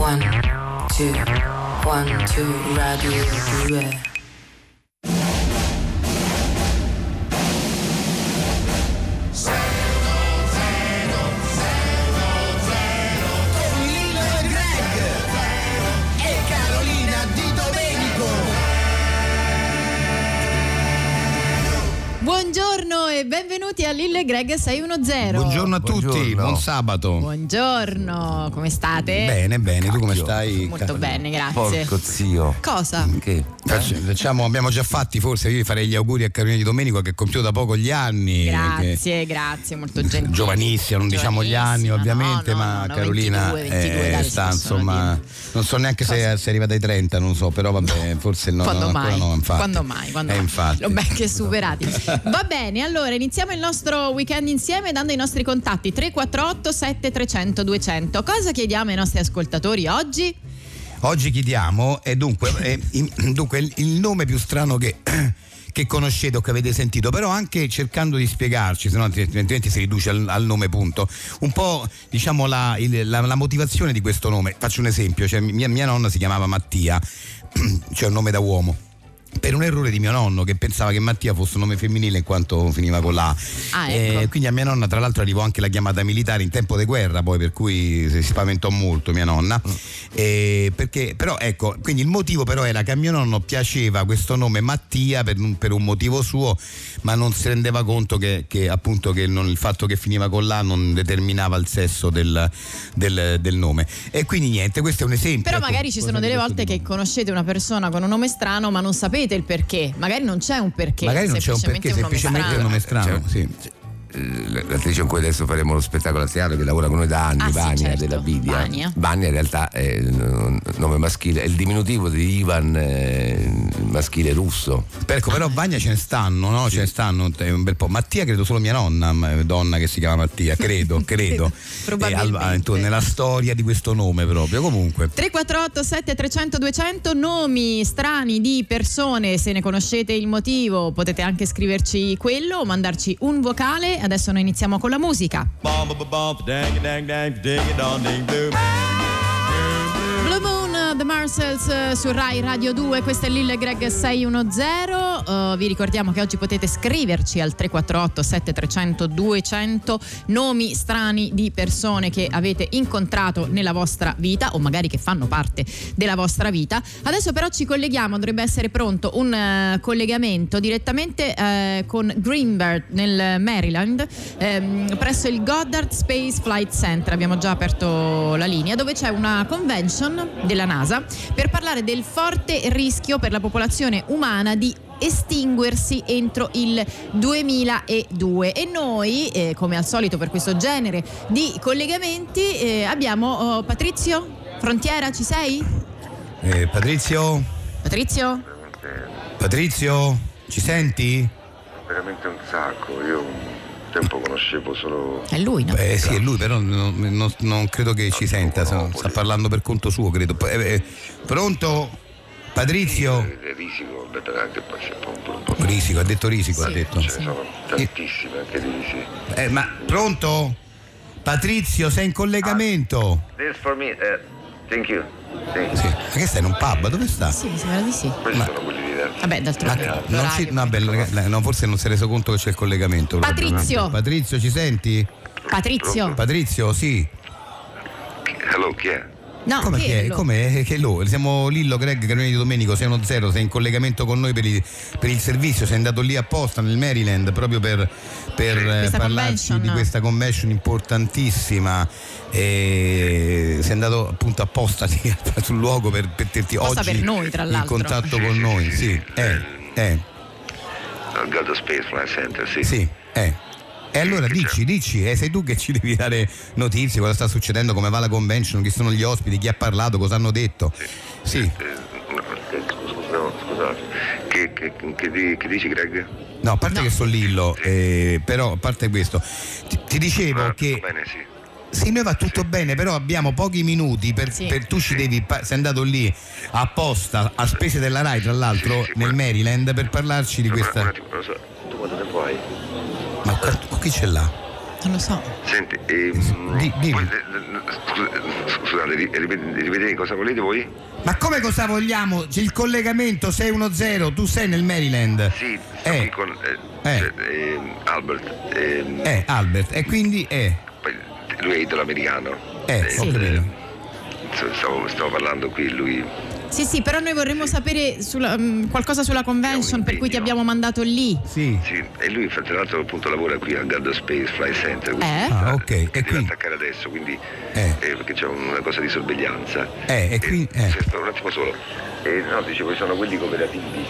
One, two, one, two, radio 2. con Lino e Greg e Carolina Di Domenico. Buongiorno e benvenuti a Lille Greg 610. Buongiorno a tutti, buon sabato. Buongiorno, come state? Bene, bene, tu come stai? Molto Ca- bene, grazie. Porco zio. Cosa? Mm, Che? Facci- Facciamo, Eh, diciamo, abbiamo già fatti forse, io farei gli auguri a Carolina di Domenico che compiuto da poco gli anni. perché- Grazie, grazie, molto gentile. Giovanissima, non diciamo gli anni Giovanissima, ovviamente, no, no, ma no, no, Carolina 22, 22, eh, dai, si sta possono insomma, dire. non so neanche se, se è arrivata ai 30, non so, però vabbè, forse no, quando, no, ancora mai? no, infatti. quando mai? Quando Eh, mai? infatti. Lo becchi e superati. Va bene, allora iniziamo il nostro weekend insieme dando i nostri contatti 348 7300 200. Cosa chiediamo ai nostri ascoltatori oggi? Oggi chiediamo, e dunque, eh, in- dunque, il, il nome più strano che, che conoscete o che avete sentito, però anche cercando di spiegarci, se no altrimenti si riduce al, al nome punto, un po' diciamo la, il- la- la motivazione di questo nome. Faccio un esempio, cioè, mia, mia nonna si chiamava Mattia, cioè un nome da uomo. Per un errore di mio nonno che pensava che Mattia fosse un nome femminile in quanto finiva con la A. Ah, ecco. Eh, quindi a mia nonna, tra l'altro, arrivò anche la chiamata militare in tempo di guerra, poi per cui si spaventò molto mia nonna. Mm. Eh, perché, però, ecco, quindi il motivo però era che a mio nonno piaceva questo nome Mattia per un, per un motivo suo, ma non si rendeva conto che, che, appunto che non- il fatto che finiva con l'A non determinava il sesso del, del- del nome. E quindi niente, questo è un esempio. Però ecco, magari ci sono cosa di delle questo volte tipo. che conoscete una persona con un nome strano ma non sapete il perché. Magari non c'è un perché. Magari non c'è un semplicemente perché, semplicemente è un nome strano. strano. sì. Eh, L'attrice con cui adesso faremo lo spettacolo a teatro che lavora con noi da anni, Ah, sì, Vania certo, della Bidia. Vania. in realtà è un nome maschile, è il diminutivo di Ivan eh, maschile russo. Beh, Ecco, però Vagna ce ne stanno, no? Ce ne stanno eh, un bel po'. Mattia credo solo mia nonna, m- donna che si chiama Mattia, credo, credo. Probabilmente. Eh, al- intorno- nella storia di questo nome proprio, comunque. 348 7300 200 nomi strani di persone, se ne conoscete il motivo potete anche scriverci quello o mandarci un vocale. Adesso noi iniziamo con la musica. Bum bum bum, dang dang dang, ding dong ding doo. Blue Moon, eh, The Marcells eh, su Rai Radio 2, questo è Lille Greg 610. Eh, vi ricordiamo che oggi potete scriverci al 348 7300 200 nomi strani di persone che avete incontrato nella vostra vita o magari che fanno parte della vostra vita. Adesso però ci colleghiamo, dovrebbe essere pronto un eh, collegamento direttamente eh, con Greenberg nel Maryland ehm, presso il Goddard Space Flight Center. Abbiamo già aperto la linea dove c'è una convention della NASA per parlare del forte rischio per la popolazione umana di estinguersi entro il 2002 e noi eh, come al solito per questo genere di collegamenti eh, abbiamo oh, Patrizio Frontiera ci sei? Eh, Patrizio? Patrizio? Patrizio? Ci senti? veramente un sacco. Io un tempo conoscevo solo. È lui, no? Eh sì, è lui, però non, non- non credo che ci senta, sta, sta parlando per conto suo, credo. Eh, eh, pronto? Patrizio? eh, Risico, beh, veramente poi c'è un po' un po'. Risico, ha detto Risico, ha detto. Ce ne sono tantissime anche di Risi. Eh, ma pronto? Patrizio, sei in collegamento? This for me, eh, thank you. Thank you. Sì. Ma che stai in un pub? Dove sta? Sì, mi sembra di sì. Questi sono quelli di danza. Vabbè, Ma eh, d'altronde. non l'orario. si- no, beh, raga- no, forse non si è reso conto che c'è il collegamento. proprio. Patrizio. Patrizio, ci senti? Patrizio. Patrizio, sì. Hello, chi è? No, Come che è? Pirlo. Come è? Che lo? Siamo Lillo, Greg, Carolini di Domenico, 610, sei in collegamento con noi per, i- per il servizio, sei andato lì apposta nel Maryland proprio per, per, eh, Questa parlarci convention. di questa convention importantissima. E sei andato appunto apposta lì, sul luogo per, per dirti Apposta oggi per noi, tra in l'altro. contatto con noi. Sì, eh, eh. Al Galdo Space Flight Center, sì. Sì, eh. E allora dici, dici, eh, sei tu che ci devi dare notizie, cosa sta succedendo, come va la convention, chi sono gli ospiti, chi ha parlato, cosa hanno detto. Sì, Eh, no, eh, scusa, no, scusate. Che, che, che di- che dici, Greg? no, a parte che sono Lillo, eh, però a parte questo, ti, ti dicevo Ah, che Bene, sì. sì, noi va tutto bene, però abbiamo pochi minuti per, Sì. per- tu ci devi, pa- sei andato lì apposta, a spese della RAI tra l'altro, Sì, sì, nel ma- Maryland, per parlarci di Ma Un questa... attimo, non so, tu quanto tempo hai? Ma qua- chi ce l'ha? Non lo so. Senti, ehm, Di- dimmi. voi- eh, eh, scu- scusate, ri- ripet- ripetete cosa volete voi? Ma come cosa vogliamo? C'è il collegamento 610, tu sei nel Maryland. Sì, sto qui Eh, con eh, Eh. cioè, ehm, Albert, ehm, eh, Albert, e quindi eh, poi lui è italo-americano. eh, ho Sì. capito. So- Stavo, stavo parlando qui, lui Sì, sì, però noi vorremmo sapere sulla- mm, qualcosa sulla convention per cui ti abbiamo mandato lì. Sì. Sì, e lui fra- tra l'altro appunto lavora qui al Garda Space Flight Center. quindi Eh? Ah, ok. E deve quindi- attaccare adesso, quindi Eh. eh, perché c'è una cosa di sorveglianza. Eh, e quindi- eh. se sto- un attimo solo. Eh, no, dicevo, sono quelli cooperativi di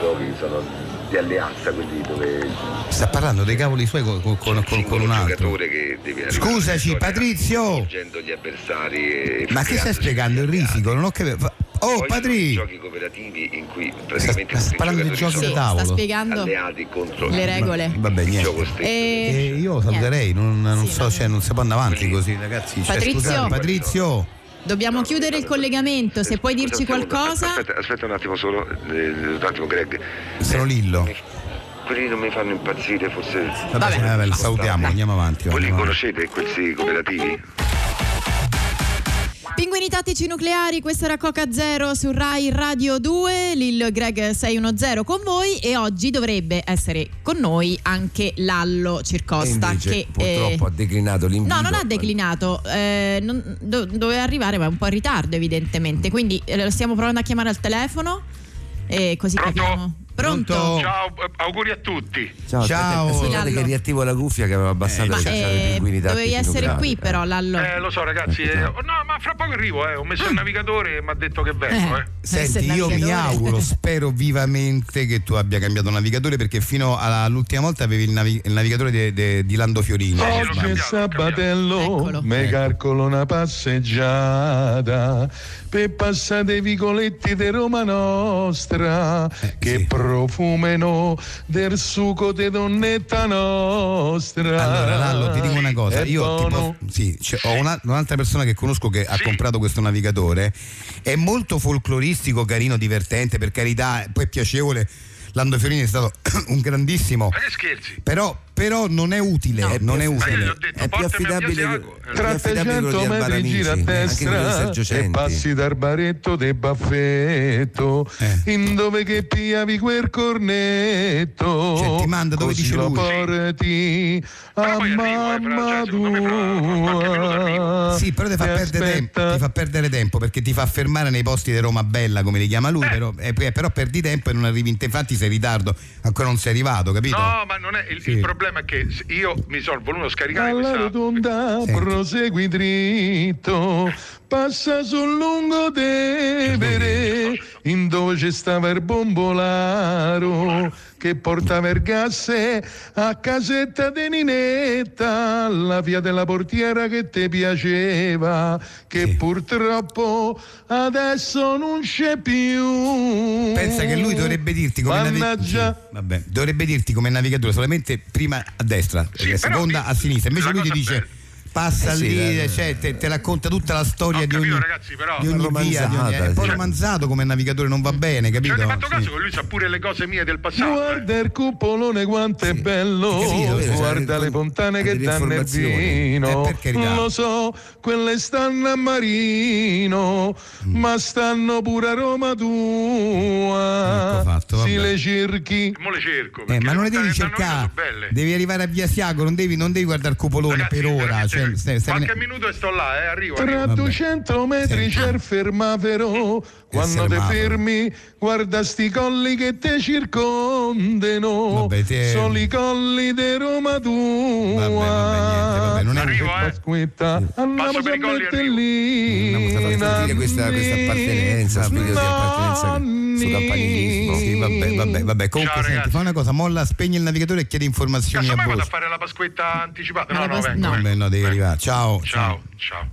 giochi che sono di alleanza, quelli dove Sta parlando dei cavoli suoi con, con- con- con- con un singolo altro. giocatore che deve arrivare Scusaci, alla vittoria, Patrizio! sconvolgendo gli avversari e Ma che stai creandosi spiegando? Il degli alleati. risico? Non ho capito. Fa- Oh, Poi ci sono i Patrizio! giochi cooperativi in cui Sta, praticamente sta tutti i parlando dei giochi da giocatori Sì, sono sta tavolo. spiegando. alleati contro Le il regole. Vabbè, gioco niente. stesso. Eh, E... io saluterei, non, non Sì, so, no. cioè, non si può andare avanti Quindi- così, ragazzi. Cioè, Patrizio. scusate, Patrizio! Dobbiamo chiudere il collegamento, se puoi dirci Aspetta un secondo, qualcosa. Aspetta, aspetta un attimo solo, eh, un attimo Greg. Sono Lillo. Mi- Quelli non mi fanno impazzire, forse. Vabbè, vabbè, lo salutiamo, andiamo avanti. Voi li andiamo avanti. conoscete questi cooperativi? Pinguini tattici nucleari, questa era Coca Zero su Rai Radio 2, Lillo e Greg 610 con voi e oggi dovrebbe essere con noi anche Lallo E Circosta invece, che purtroppo ha eh, declinato l'invito. No, non ha declinato, eh, non- do- doveva arrivare ma è un po' in ritardo evidentemente, quindi eh, lo stiamo provando a chiamare al telefono e così Pronto? capiamo. Pronto? Pronto? Ciao, eh, auguri a tutti. Ciao, Ciao. aspetta, aspettate Lallo. che riattivo la cuffia che aveva abbassato Ma le cacciate eh, Cioè, pinguini tattici dovevi essere nucleari, qui eh. però Lallo. Eh, lo so ragazzi, eh, no, ma fra poco arrivo, eh. ho messo Ah. il navigatore e mi ha detto che vengo. Eh. Eh. Senti, Essere io mi navigatore. auguro, spero vivamente che tu abbia cambiato navigatore perché fino alla- all'ultima volta avevi il, navi- il navigatore de- de- di Lando Fiorino. Sì, se non sì, sbaglio. lo Eccolo. Oggi è sabatello, me calcolo una passeggiata per passare i vicoletti di Roma nostra, che Eh, sì. profumeno del succo di donnetta nostra. Allora, Lallo, ti dico una cosa. È Io ti buono. posso- sì, c'è- ho una- un'altra persona che conosco che ha comprato questo navigatore. È molto folcloristico, carino, divertente, per carità, poi è piacevole. Lando Fiorini è stato un grandissimo. Ma che scherzi? Però, però non è utile, eh, non è Ma io gli utile. ho detto, È più portami a via affidabile Siago. Eh, Tra- Tra affidabile quello di 300 Alvaro metri gira a Amici, anche quello di destra Sergio e Centi. passi dal baretto del baffetto, Eh. in dove che piavi quel cornetto. Cioè, ti manda dove così dice lo lui. porti Però a poi arrivo, eh, fra- cioè, mamma secondo me fra qualche minuto arrivo. tua. Sì, però ti fa, perdere tempo, aspetta. ti fa perdere tempo perché ti fa fermare nei posti di Roma Bella, come li chiama lui, però, eh, eh, però perdi tempo e non arrivi in te. Infatti sei in ritardo, ancora non sei arrivato, capito? No, ma non è il, Sì. il problema è che se- io mi sono voluto scaricare Alla questa rotonda Senti. prosegui dritto, passa sul lungo Tevere, in dove c'è stava il bombolaro che portava il gas a casetta di Ninetta, alla via della portiera che ti piaceva, che purtroppo adesso non c'è più. Pensa che lui dovrebbe dirti come navi- Mannaggia. Sì, vabbè, dovrebbe dirti come navigatore solamente prima a destra, Sì, eh, però seconda di- a sinistra. Invece la lui ti cosa dice bella- passa Eh sì, lì, la- cioè, te, te racconta tutta la storia Ho di capito, ogni, ragazzi, però- Mm. di ogni via, di ogni- Romanzata, è un po' sì. romanzato come navigatore, non va bene, Ci capito? avete fatto caso Sì. che lui sa pure le cose mie del passato. eh? Guarda il cupolone quanto è bello, Sì, è vero, guarda cioè, le fontane che delle danno il informazioni. Eh, vino. per carità. Lo so, quelle stanno a Marino, Mm. ma stanno pure a Roma tua. Ecco fatto, vabbè. si le cerchi. Mo le cerco. Eh, perché ma non le tutte devi le danno cercare, sono belle. devi arrivare a via Siago, non devi, non devi guardare il cupolone Ragazzi, per ora. veramente, Cioè, stai- stai- qualche minuto e sto là, eh, arrivo. Tra arrivo. Vabbè. 200 metri Senti. c'è il fermavero, quando te fermavero. fermi guarda sti colli che te circondano, Vabbè, te- sono i colli di Roma tua. Vabbè, vabbè, niente, vabbè, non è- Arrivo, eh. Pasquetta, andiamo Passo per a i colli e Bertellina. arrivo. Andiamo a sentire questa- questa appartenenza, spirito di appartenenza Nanni. sul campanilismo. Sì, vabbè, vabbè, vabbè. Comunque, Ciao, senti, ragazzi. fai una cosa, molla, spegni il navigatore e chiedi informazioni Casomai a vado a voi. fare la pasquetta anticipata. Ma No, la no, pas- vengo. no. vengo. Vabbè, no, devi Vengo. arrivare. Ciao. Ciao, ciao.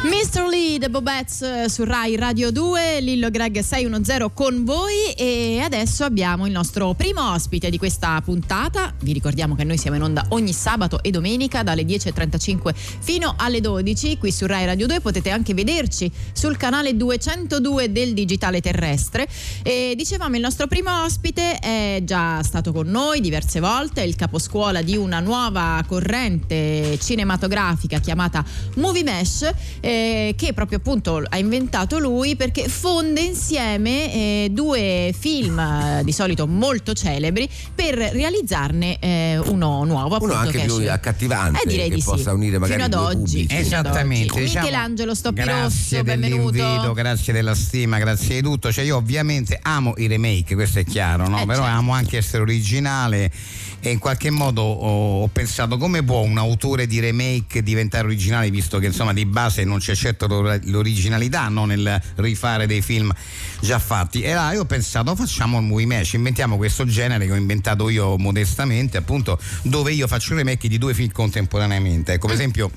Mr. Lee di The Bobets eh, su Rai Radio 2, Lillo Greg 610 con voi e adesso abbiamo il nostro primo ospite di questa puntata. Vi ricordiamo che noi siamo in onda ogni sabato e domenica dalle 10.35 fino alle 12 qui su Rai Radio 2, potete anche vederci sul canale 202 del digitale terrestre e dicevamo il nostro primo ospite è già stato con noi diverse volte, è il caposcuola di una nuova corrente cinematografica chiamata Movie Mesh eh, che proprio appunto ha inventato lui perché fonde insieme eh, due film eh, di solito molto celebri per realizzarne eh, uno nuovo Uno appunto anche che più esce- accattivante eh, direi che di sì. possa unire magari fino ad due oggi pubblici. fino ad Esattamente. oggi. diciamo, Michelangelo Stoppi grazie Rosso benvenuto dell'invito, grazie della stima, grazie di tutto. Cioè, io ovviamente amo i remake, questo è chiaro, no? Eh, però certo. amo anche essere originale e in qualche modo ho, ho pensato come può un autore di remake diventare originale visto che insomma di base non c'è certo l'or- l'originalità no? nel rifare dei film già fatti e là io ho pensato facciamo il movie match inventiamo questo genere che ho inventato io modestamente appunto dove io faccio remake di due film contemporaneamente ecco per Mm. esempio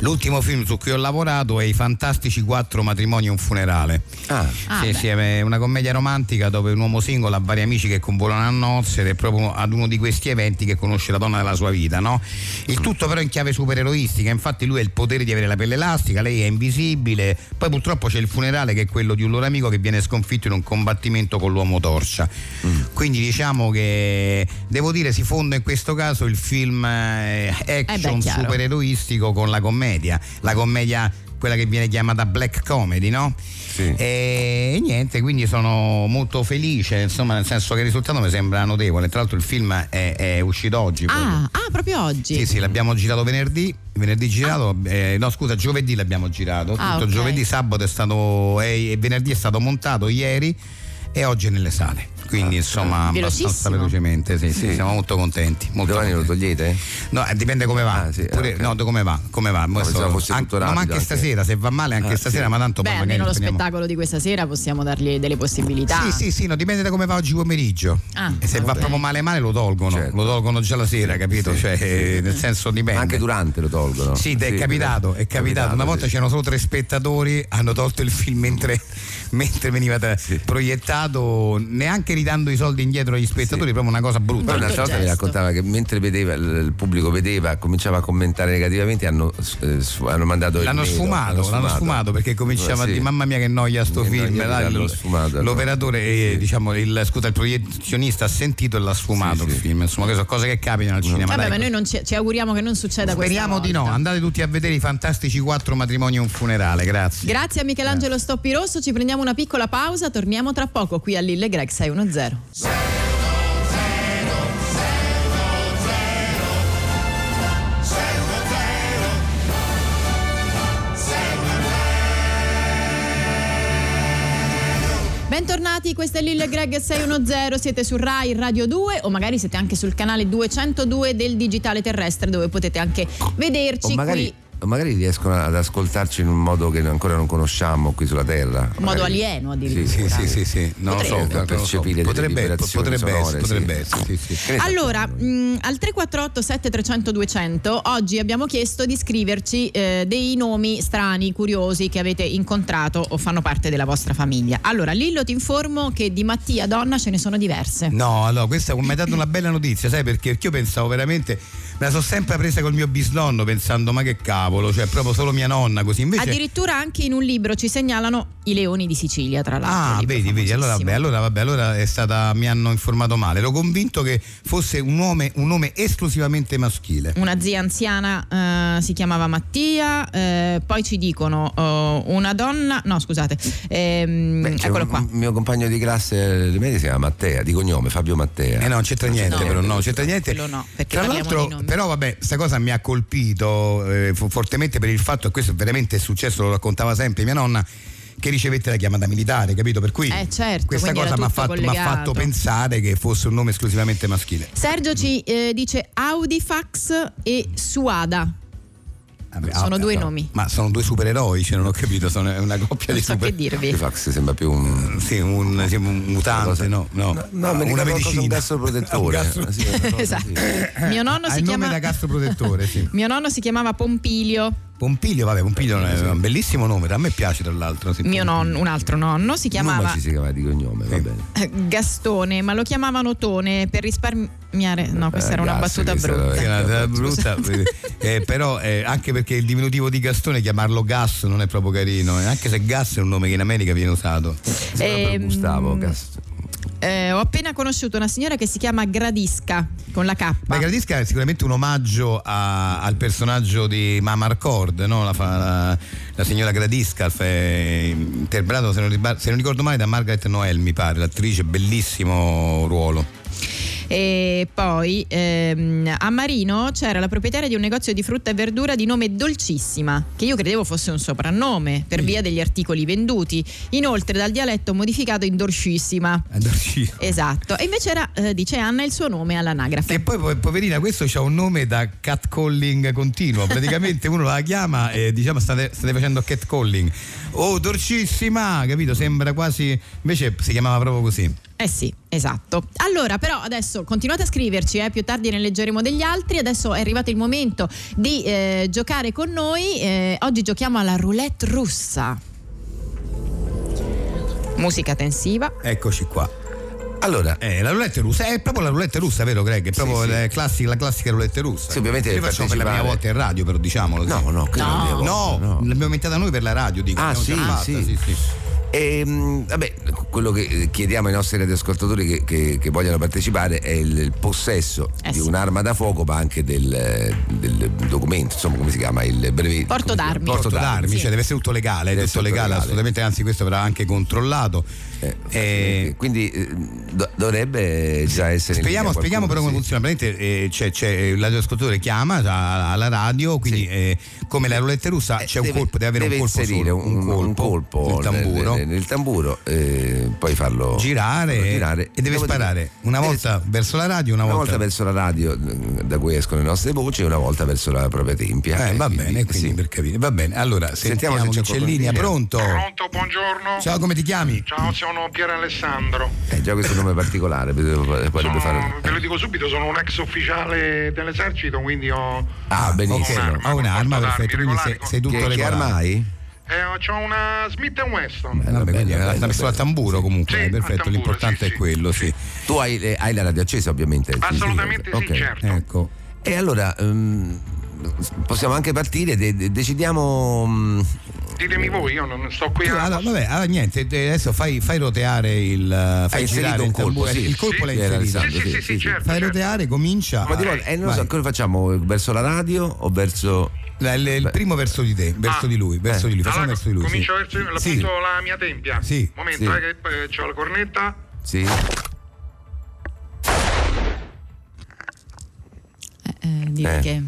L'ultimo film su cui ho lavorato è I Fantastici Quattro Matrimoni e un Funerale. Ah. Ah, sì, beh. sì, è una commedia romantica dove un uomo singolo ha vari amici che convolano a nozze ed è proprio ad uno di questi eventi che conosce la donna della sua vita, no? Il tutto però in chiave supereroistica, infatti lui ha il potere di avere la pelle elastica, lei è invisibile, poi purtroppo c'è il funerale che è quello di un loro amico che viene sconfitto in un combattimento con l'uomo torcia. Quindi diciamo che devo dire si fonde in questo caso il film eh, action chiaro. supereroistico eroistico con la commedia, la commedia quella che viene chiamata black comedy, no? Sì. E niente, quindi sono molto felice, insomma, nel senso che il risultato mi sembra notevole. Tra l'altro il film è, è uscito oggi. proprio. ah, ah, proprio oggi Sì, sì, l'abbiamo girato venerdì, venerdì girato, eh, no scusa, giovedì l'abbiamo girato, tutto Ah, ok. giovedì, sabato è stato, e e venerdì è stato montato ieri e oggi è nelle sale, quindi insomma abbastanza Ah, Velocissimo. velocemente, sì, sì, Sì. siamo molto contenti. Molto Domani lo contenti. togliete? No, eh, dipende come va. Ah, sì, Pure- ok. No, come va, come va. Questo- pensavo fosse an- tutto no, ma rapido anche anche. stasera, se va male anche Ah, stasera, sì. ma tanto Beh, poi almeno lo prendiamo- spettacolo di questa sera possiamo dargli delle possibilità. Sì, sì, sì, no, dipende da come va oggi pomeriggio. Ah, e se va ok. proprio male male lo tolgono, Certo. lo tolgono già la sera, capito? Sì. Cioè, eh, nel senso dipende. Ma anche durante lo tolgono. Sì, è capitato, è capitato. Una volta sì. c'erano solo tre spettatori, hanno tolto il film mentre, mentre veniva tra- proiettato, neanche ridando i soldi indietro agli spettatori, proprio una cosa brutta. Poi Brutto un'altra volta mi gesto. raccontava che mentre vedeva, il il pubblico vedeva, cominciava a commentare negativamente, hanno, eh, sf- hanno mandato il L'hanno nero, sfumato, l'hanno sfumato perché Eh, cominciava a sì. dire mamma mia che noia sto Che film. noia dai, l'hanno il- sfumato, allora. l'operatore, eh, diciamo, il, scusa, il proiezionista ha sentito e l'ha sfumato Sì, Mm. il sì. film. Insomma, che sono cose che capitano al cinema. Vabbè, dai. ma noi non ci, ci auguriamo che non succeda Speriamo questa di no, volta. andate tutti a vedere i fantastici quattro matrimoni e un funerale, grazie. Grazie a Michelangelo Stoppi Rosso, ci prendiamo una piccola pausa, torniamo tra poco qui a Lille Greg 610. Bentornati, questo è Lille Greg 610, siete su Rai Radio 2 o magari siete anche sul canale 202 del Digitale Terrestre dove potete anche O vederci magari, qui o magari riescono ad ascoltarci in un modo che ancora non conosciamo qui sulla Terra. in modo Magari- alieno Sì, addirittura. sì, sì, sì. non Potrebbe. guarda, non Percepire delle potrebbe, vibrazioni potrebbe sonore, essere, potrebbe sì. essere, sì, sì. Credo. Allora, mh, al 348 7300 200 oggi abbiamo chiesto di scriverci eh, dei nomi strani, curiosi che avete incontrato o fanno parte della vostra famiglia. Allora, Lillo ti informo che di Mattia Donna ce ne sono diverse. No, allora, questa mi ha dato una bella notizia, sai perché? Perché io pensavo veramente, me la sono sempre presa col mio bisnonno pensando ma che cavolo, cioè proprio solo mia nonna così. Invece Addirittura anche in un libro ci segnalano i leoni di Sicilia, tra l'altro. Ah, un libro vedi, vedi, allora vabbè, famosissimo. allora, vabbè, allora è stata, mi hanno informato male. Ero convinto che fosse un nome, un nome esclusivamente maschile. Una zia anziana eh, si chiamava Mattia, eh, poi ci dicono eh, una donna, no scusate, ehm, Beh, c'è eccolo un- qua. Un mio compagno di classe alle medie si chiama Mattea, di cognome Fabio Mattea. Eh no, non c'entra niente, No. però no, non c'entra niente. Quello no, perché Tra parliamo l'altro, di nomi. però vabbè, sta cosa mi ha colpito eh, fo- fortemente per il fatto, e questo è veramente successo, lo raccontava sempre mia nonna, che ricevette la chiamata militare, capito? Per cui Eh, certo, questa quindi era cosa mi ha tutto fatto, mi ha collegato. fatto pensare che fosse un nome esclusivamente maschile. Sergio ci eh, dice Audifax e Suada. Vabbè, Sono due no. nomi. Ma sono due supereroi, cioè non ho capito, sono è una coppia Non di so super che dirvi. Fax sembra più un. Sì, un, sì, un mutante, cosa- no, Eh, no, mi ricordo una qualcosa, medicina. Un gastro protettore. Ah, Un gastro- Sì, una cosa Esatto. così. Mio nonno ha si Ah, il chiama nome da gastroprotettore, sì. Mio nonno si chiamava Pompilio. Pompiglio, vabbè, Pompiglio è un bellissimo nome, a me piace tra l'altro. sì, Mio Pompiglio. nonno, un altro nonno, si Come chiamava ci si chiama di cognome? Va bene. Gastone, ma lo chiamavano Tone per risparmiare. No, questa Eh, era una gas, battuta questa era- brutta. Che è una- una brutta, Scusa. eh, però eh, anche perché il diminutivo di Gastone chiamarlo Gas non è proprio carino, eh, anche se Gas è un nome che in America viene usato. Proprio Ehm, Gustavo, cazzo. eh, ho appena conosciuto una signora che si chiama Gradisca con la K. Ma Gradisca è sicuramente un omaggio a- al personaggio di Mamarcord, no? la, fa- la- la signora Gradisca, fe- interpretato se non, riba- se non ricordo male da Margaret Noel, mi pare, l'attrice, bellissimo ruolo. E poi ehm, a Marino c'era la proprietaria di un negozio di frutta e verdura di nome Dolcissima, che io credevo fosse un soprannome per via degli articoli venduti. Inoltre dal dialetto modificato in Dolcissima. Andorcino. Esatto, e invece era, eh, dice Anna, il suo nome all'anagrafe. Che poi po- poverina, questo ha un nome da catcalling continuo. Praticamente uno la chiama e diciamo state, state facendo catcalling. Oh, dolcissima, capito? Sembra quasi. Invece si chiamava proprio così. Eh sì, esatto. Allora, però adesso continuate a scriverci, eh, più tardi ne leggeremo degli altri. Adesso è arrivato il momento di eh, giocare con noi. Eh, oggi giochiamo alla roulette russa. Musica tensiva. Eccoci qua. Allora, Eh, la roulette russa è proprio la roulette russa, vero Greg? È Sì, proprio sì. la, classica, la classica roulette russa. Sì, ovviamente Io facciamo per la prima volta partecipare. in radio, però diciamolo. sì. no, no, credo No. di aver- No, l'abbiamo inventata noi per la radio, dico. Ah, l'abbiamo già sì, fatta, sì. sì. Ehm, vabbè, quello che eh, chiediamo ai nostri radioascoltatori che, che- che vogliono partecipare è il, il possesso Eh di sì. un'arma da fuoco, ma anche del, eh, del documento, insomma, come si chiama? Il Porto brevetto. come si chiama? d'armi. Porto porto d'armi. d'armi, Sì. cioè deve essere tutto legale, Deve è tutto essere tutto legale, legale. assolutamente, anzi questo verrà anche controllato. Eh, Eh, quindi eh, do- dovrebbe già essere. in Spieghiamo, linea spieghiamo però come qualcuno, sì. funziona. Praticamente eh, c'è, c'è l'ascoltatore chiama alla, alla radio, quindi Sì. eh, come la roulette russa Eh, c'è un colpo, deve avere deve un colpo inserire solo, un, un colpo nel tamburo. nel, nel tamburo, eh, poi farlo girare, farlo e deve Dopodiché- sparare una deve- volta verso la radio, una, Eh, una volta verso la radio mh, da cui escono le nostre voci e una volta verso la propria tempia. Eh, E va quindi- bene, quindi sì. per capire. Va bene, allora sentiamo, Sentiamo se chi c'è qualcuno c'è in in linea. linea. Pronto? Eh. Pronto, buongiorno. Ciao, come ti chiami? Ciao, sono Pier Alessandro. Eh, già questo nome particolare, potrebbe potrebbe Sono, fare. te lo dico subito, sono un ex ufficiale dell'esercito, quindi ho, Ah, benissimo. Ho un'arma, Ho un'arma, ho portato perfetto, armi quindi sei, regolari. sei tutto Che, che regolare. arma hai? eh, ho una Smith Weston. Eh, vabbè, Bello, quindi bello, la- la bello, pistola a bello. tamburo comunque, Sì, eh, al perfetto, tamburo, l'importante sì, è sì. quello, sì. Tu hai, eh, hai la radio accesa, ovviamente. sì, sì. Assolutamente sì, Ok. certo. Ecco. E allora ehm, possiamo anche partire, de- de- decidiamo. mm, Ditemi voi, io non sto qui Tu, a... allora, vabbè, allora, niente, te- adesso fai, fai roteare il. eh, Fai Hai girare inserito il un colpo, tamburo, sì. il colpo l'hai Sì, era inserito. sì, sì, Alessandro, sì, sì, sì, sì. certo. Fai certo. roteare, comincia. Ma di Ah, volta, eh, non vai. so, cosa facciamo? Verso la radio o verso. La- il- il Beh. primo verso di te, verso Ah. di lui, verso di lui, facciamo Allora, verso di lui. sì. comincio verso la, Sì. appunto, la mia tempia. Sì, Momento, sì. eh, che eh, ho la cornetta. Sì? Eh, eh, direi Eh. che-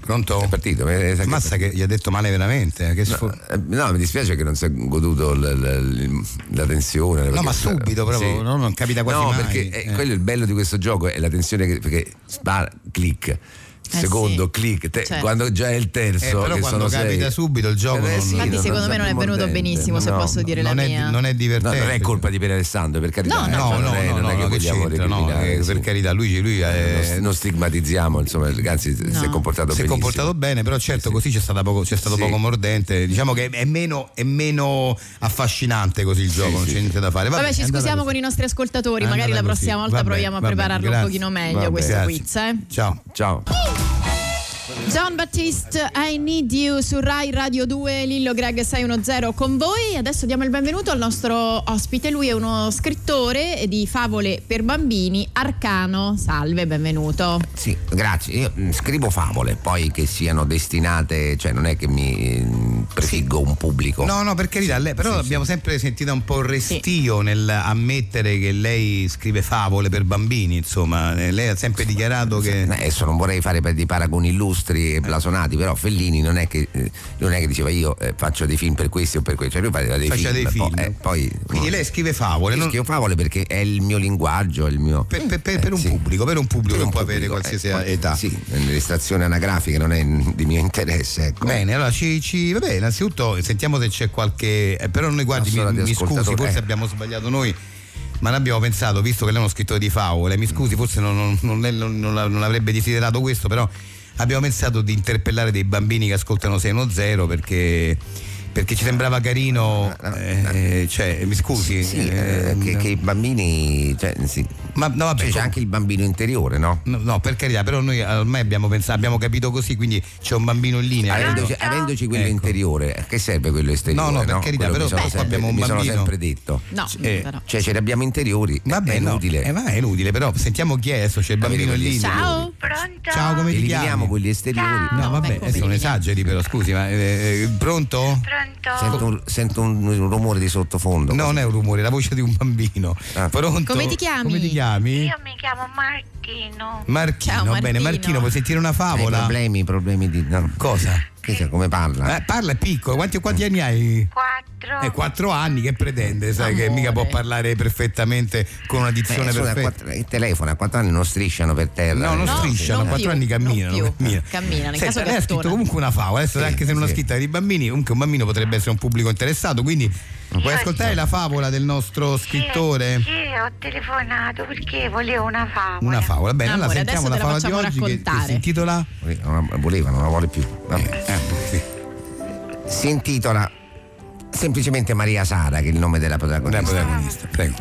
Pronto? È partito. eh, sa che- Mazza che gli ha detto male veramente. eh, Che sfo- Eh, No, mi dispiace che non si è goduto l- l- l- la tensione. No, perché- ma subito proprio, no? non capita quasi eh, No, mai. perché eh, Eh. quello è il bello di questo gioco, è la tensione che, perché spara, click, secondo, sì. click, te- Cioè Certo. quando già è il terzo. Eh, però che quando sono capita sei- Eh, subito il gioco non- sì, Infatti, no, secondo me non è venuto mordente. benissimo, se No, posso no. dire la non, è, mia. non è No, divertente. non è colpa di Pier Alessandro, per carità. No, eh, No, cioè, no, non è, no, non è no, che che vogliamo c'entra, no, recriminare, eh, sì. per carità, lui, lui Non è, s- non stigmatizziamo, insomma, anzi, si è No. comportato si è benissimo. comportato bene, però certo così c'è, stata poco- c'è stato Sì. poco mordente. Diciamo che è meno, è meno affascinante così il gioco, non c'è niente da fare. Vabbè, ci è andata scusiamo con così. i nostri ascoltatori, Eh, È magari la andata prossima così. volta Vabbè, proviamo a vabbè, prepararlo grazie. un pochino meglio Vabbè, questo Grazie. quiz. Eh. Ciao. Ciao. John Baptiste, I Need You su Rai Radio 2, Lillo Greg 610 con voi. Adesso diamo il benvenuto al nostro ospite. Lui è uno scrittore di favole per bambini, Arcano. Salve, benvenuto. Sì, grazie. Io mm, scrivo favole, poi che siano destinate, cioè non è che mi mm, prefiggo un pubblico. No, no, per carità, lei- però abbiamo sempre sentito un po' restio nel ammettere che lei scrive favole per bambini, insomma, Eh, lei ha sempre dichiarato che... Adesso non vorrei fare per- dei paragoni illustri e blasonati, però Fellini non è che, eh, non è che diceva io eh, faccio dei film per questi o per quelli, cioè lui faceva dei Faceva film. dei film. poi- eh, poi, Quindi lei scrive favole, Io non- scrivo favole perché è il mio linguaggio, è il mio... per, per- per- per Eh, un sì. pubblico, per un pubblico Per che un può avere pubblico, qualsiasi eh, poi- età. Sì, nell'estrazione anagrafica non è mm, di mio interesse, ecco. Bene, allora ci, ci- vabbè, innanzitutto sentiamo se c'è qualche. eh, però noi guardi, mi, Nostro mi scusi, radioascoltatore, forse eh. abbiamo sbagliato noi. Ma l'abbiamo pensato, Mm. visto che lei è uno scrittore di favole, mi scusi, forse non, non- non- lei non- non la- non avrebbe desiderato questo, però abbiamo pensato di interpellare dei bambini che ascoltano 610 perché perché Ah. ci sembrava carino, eh, cioè, mi scusi, Sì, eh, eh, che, che i bambini. Cioè, sì. ma no, vabbè, Cioè, c'è anche il bambino interiore, no? No, no, per carità, però noi ormai abbiamo, pensato, abbiamo capito così, quindi c'è un bambino in linea. Avendoci, avendoci quello Ecco. interiore, a che serve quello esteriore? No, no, per carità, Quello però mi sono beh, sempre, abbiamo un mi sono bambino. sempre detto. No, eh, però. Cioè, ce li abbiamo interiori, Vabbè, è no, inutile. eh, ma è inutile, però sentiamo chi è adesso, c'è il bambino in linea. Ciao. Pronto? Ciao, come ti Eliminiamo chiami? quelli esteriori. Ciao. No, vabbè, Ecco, adesso non eliminiamo. esageri però, scusi, ma eh, eh, pronto? Ecco. Pronto? Sento, un, sento un- un rumore di sottofondo. Eh, No, non è un rumore, è la voce di un bambino. Ah. Pronto? Come ti chiami? Come ti chiami? Io mi chiamo Martino. Martino, Ciao, Martino. bene, Martino, vuoi sentire una Hai favola? problemi, problemi di. no. Cosa? Che sa, come parla? Eh, parla è piccolo, quanti, quanti anni hai? 4. Eh, quattro anni che pretende, sai che Amore. mica può parlare perfettamente con una Beh, dizione solo Eh, a perfetta. quattro- il telefono a quattro anni non strisciano per terra. No, non Eh, No, strisciano, a non quattro più, anni camminano. non più. camminano. Camminano, in Senta, caso lei ha cartona. scritto comunque una favola, adesso Sì, anche se sì. non l'ha scritta per i bambini, comunque un bambino potrebbe essere un pubblico interessato, quindi Mm. vuoi Certo. ascoltare la favola del nostro scrittore? Sì, ho telefonato perché volevo una favola. Una favola, bene, allora Amore, sentiamo la adesso te la favola di facciamo oggi che, che raccontare. si intitola Non la voleva, non la vuole più. Vabbè. Eh, boh, sì. Si intitola semplicemente Maria Sara, che è il nome della La protagonista. protagonista, prego.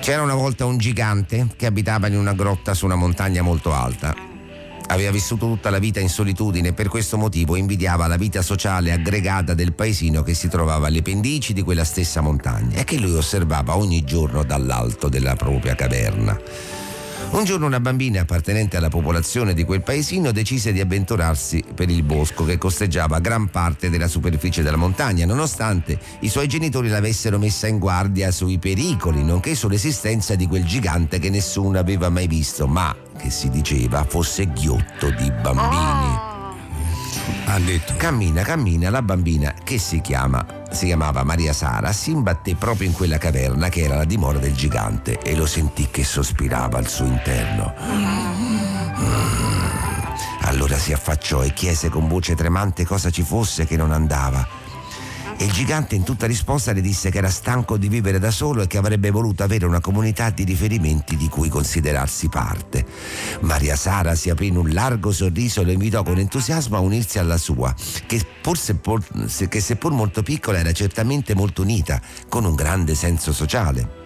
C'era una volta un gigante che abitava in una grotta su una montagna molto alta. Aveva vissuto tutta la vita in solitudine e per questo motivo invidiava la vita sociale aggregata del paesino che si trovava alle pendici di quella stessa montagna e che lui osservava ogni giorno dall'alto della propria caverna. Un giorno una bambina appartenente alla popolazione di quel paesino decise di avventurarsi per il bosco che costeggiava gran parte della superficie della montagna, nonostante i suoi genitori l'avessero messa in guardia sui pericoli, nonché sull'esistenza di quel gigante che nessuno aveva mai visto, ma che si diceva fosse ghiotto di Ah! bambini. Oh, Ha detto. Cammina, cammina, la bambina che si chiama, si chiamava Maria Sara, si imbatté proprio in quella caverna che era la dimora del gigante e lo sentì che sospirava al suo interno. Mm. Allora si affacciò e chiese con voce tremante cosa ci fosse che non andava. E il gigante in tutta risposta le disse che era stanco di vivere da solo e che avrebbe voluto avere una comunità di riferimenti di cui considerarsi parte. Maria Sara si aprì in un largo sorriso e lo invitò con entusiasmo a unirsi alla sua, che, pur seppur- se- che seppur molto piccola era certamente molto unita, con un grande senso sociale.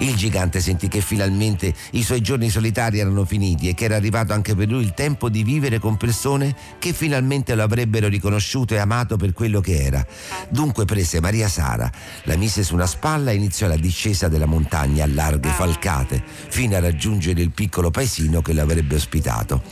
Il gigante sentì che finalmente i suoi giorni solitari erano finiti e che era arrivato anche per lui il tempo di vivere con persone che finalmente lo avrebbero riconosciuto e amato per quello che era. Dunque prese Maria Sara, la mise su una spalla e iniziò la discesa della montagna a larghe falcate, fino a raggiungere il piccolo paesino che l'avrebbe ospitato.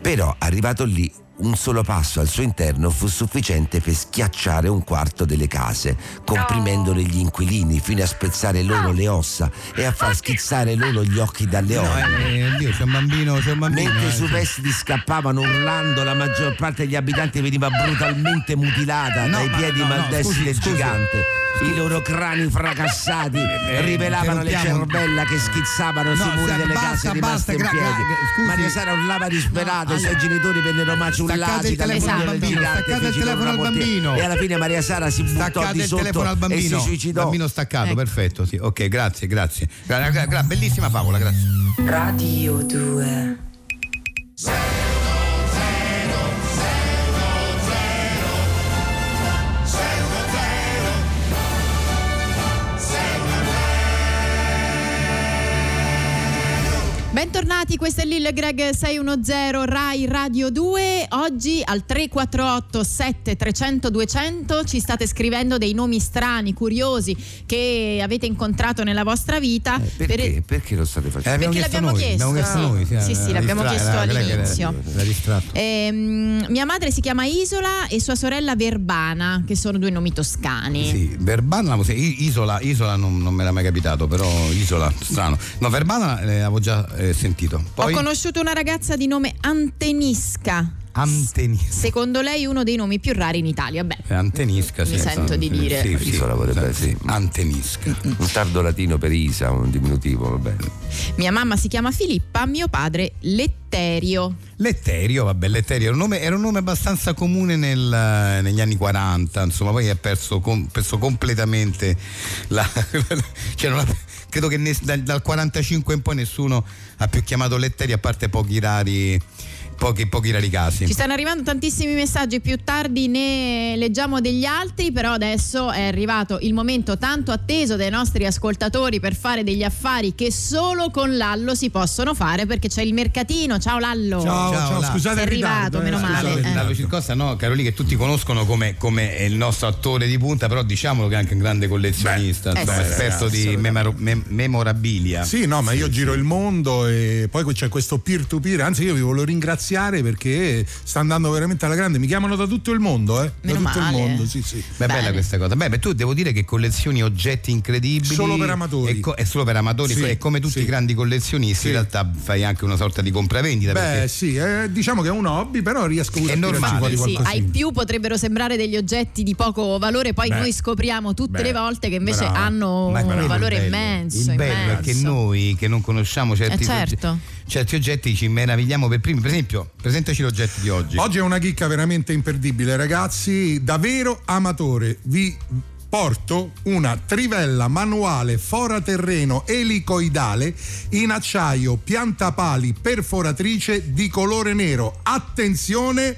Però, arrivato lì, un solo passo al suo interno fu sufficiente per schiacciare un quarto delle case, comprimendone gli inquilini fino a spezzare loro le ossa e a far schizzare loro gli occhi dalle No, orecchie. eh, oddio, c'è un bambino, c'è un bambino. Mentre eh, i superstiti scappavano urlando, la maggior parte degli abitanti veniva brutalmente mutilata No, dai ma- piedi no, no, maldestri scusi, del scusi. gigante. I loro crani fracassati eh, rivelavano le interrompiamo. cerbella che schizzavano sui No, muri sa- delle basta, case basta, rimaste in gra- gra- piedi. scusi. Ah, Maria Sara urlava disperato, i suoi genitori vennero Staccate maciullati il dalle telefono mani al del bambino, gigante. staccate il fecero telefono una al portiera. bambino. E alla fine Maria Sara si buttò Staccate di il telefono al sotto e si bambino. suicidò. Bambino staccato, Ecco. perfetto, sì. Ok, grazie, grazie. Gra- gra- gra- bellissima favola, grazie. Radio 2. Bentornati, questo è Lil Greg 610 Rai Radio 2. Oggi al 348 7300 200 ci state scrivendo dei nomi strani, curiosi che avete incontrato nella vostra vita. Perché? Perché lo state Eh, facendo? abbiamo Perché l'abbiamo chiesto, l'abbiamo chiesto sì. noi. Sì, sì, l'abbiamo distra- chiesto era eh, quella che era- all'inizio. era distratto. Ehm, mia madre si chiama Isola e sua sorella Verbana, che sono due nomi toscani. Sì, Verbana l'avevo se- I- Isola, Isola non, non me l'ha mai capitato, però Isola, strano. No, Verbana eh, l'avevo già eh, sentito. Poi Ho conosciuto una ragazza di nome Antenisca. Antenis- Secondo lei uno dei nomi più rari in Italia. Beh, eh, Antenisca, Mi sì, sento insomma, di sì, dire. sì, sì, Isola potrebbe- sì, sì. Antenisca. Un tardo latino per Isa, un diminutivo, va bene. Eh. mia mamma si chiama Filippa, mio padre Letterio. Letterio, vabbè, Letterio era un nome, era un nome abbastanza comune nel- negli anni 40, insomma, poi ha perso, com- perso completamente la... cioè, non ha- credo che ne- dal, dal 45 in poi nessuno ha più chiamato Letterio, a parte pochi rari pochi, pochi rari casi. Ci stanno arrivando tantissimi messaggi, più tardi ne leggiamo degli altri, però adesso è arrivato il momento tanto atteso dai nostri ascoltatori per fare degli affari che solo con Lallo si possono fare perché c'è il mercatino. Ciao Lallo. Ciao, ciao, Lallo. Sei arrivato, meno male. eh. Dallo Circosta, no, Carolina, che tutti conoscono come, come il nostro attore di punta, però diciamolo che è anche un grande collezionista, Beh, insomma, eh sì. esperto di memaro- mem- memorabilia. Sì, no, ma io giro il mondo e poi c'è questo peer-to-peer. Anzi, io vi volevo ringraziare perché sta andando veramente alla grande. Mi chiamano da tutto il mondo, eh? Da Meno tutto male. il mondo, sì, sì. Beh, bella questa cosa. Beh, beh, tu devo dire che collezioni oggetti incredibili. Solo per amatori. E co- è solo per amatori. Sì, e come tutti i grandi collezionisti, in realtà fai anche una sorta di compravendita. Beh, perché- sì, eh, diciamo che è un hobby, però riesco pure a È tirarci normale. fuori Sì, qualcosina. ai più potrebbero sembrare degli oggetti di poco valore, poi Beh. noi scopriamo tutte Beh, le volte che invece bravo. hanno Ma quello è un il valore bello. immenso. Il bello è che immenso. noi che non conosciamo certi, Eh, certo. oggetti, certi oggetti ci meravigliamo per primi. Per esempio, presentaci l'oggetto di oggi. Oggi è una chicca veramente imperdibile, ragazzi. Davvero amatore, vi porto una trivella manuale foraterreno elicoidale in acciaio piantapali perforatrice di colore nero. Attenzione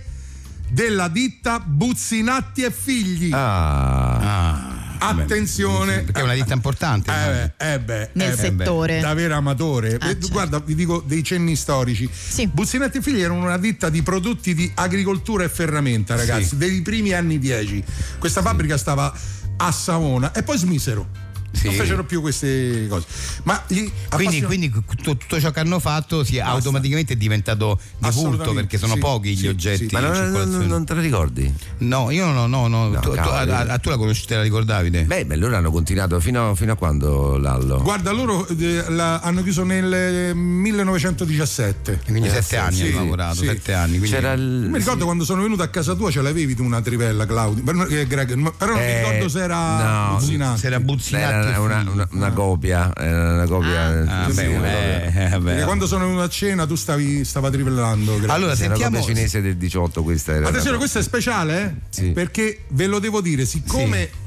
della ditta Buzzinatti e Figli. Eh, Attenzione, Ah. Perché è una ditta importante. eh beh, eh beh, Nel eh beh. settore. da vero amatore. Ah, Eh, certo. Guarda, vi dico dei cenni storici. Buzzinatti e Figli erano una ditta di prodotti di agricoltura e ferramenta, ragazzi, Sì. dei primi anni 10. Questa fabbrica stava a Savona e poi smisero. Non fecero più queste cose. Ma gli Quindi, appassiona- quindi tutto, tutto ciò che hanno fatto si è automaticamente diventato di culto Assolutamente, perché sono sì, pochi gli sì, oggetti sì. Ma in non- non- circolazione. non te la ricordi? No, io no, no, no. tu, tu- a, cavolo. a- a- tu la conosci, te la ricordavi te? Beh, ma loro hanno continuato fino, fino a quando Lallo? Guarda, loro eh, la- hanno chiuso nel eh, 1917. Quindi sette anni Sì, hanno lavorato, sì. sette anni. Quindi... C'era Non mi ricordo quando sono venuto a casa tua ce l'avevi tu una trivella, Claudio. Però, eh, Greg, ma- però non mi ricordo se era no, Buzzinatti. se era Buzzinatti Era una, una, una copia. Era una copia. Ah, sì, beh, una eh, copia. eh, beh. Perché quando sono venuto a cena tu stavi stava trivellando. Greg. Allora, sentiamo. La cinese del 18, questa era. Attenzione, questo è speciale, eh? Sì. Perché ve lo devo dire, siccome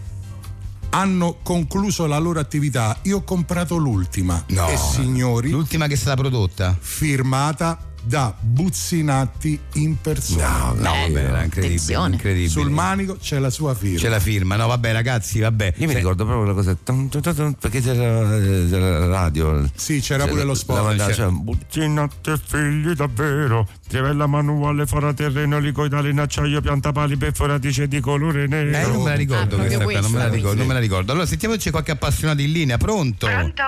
hanno concluso la loro attività, io ho comprato l'ultima. No. E signori, l'ultima che è stata prodotta firmata da Buzzinatti in persona. No, vabbè, Eh, era incredibile, Attenzione. incredibile. Sul manico c'è la sua firma. C'è la firma, no, vabbè, ragazzi, vabbè. Cioè, Io mi ricordo proprio la cosa. tum, tum, tum, tum, perché c'era, eh, c'era la cioè, radio. Sì, c'era pure lo spot, C'era. c'era. Buzzinatti e figli davvero, trivella manuale farà terreno, licoidale in acciaio, piantapali perforatice di colore nero. Eh, non Ah, me la ricordo questa, qua, non me la ricordo, non me la ricordo. Allora, sentiamo se c'è qualche appassionato in linea, pronto? Pronto?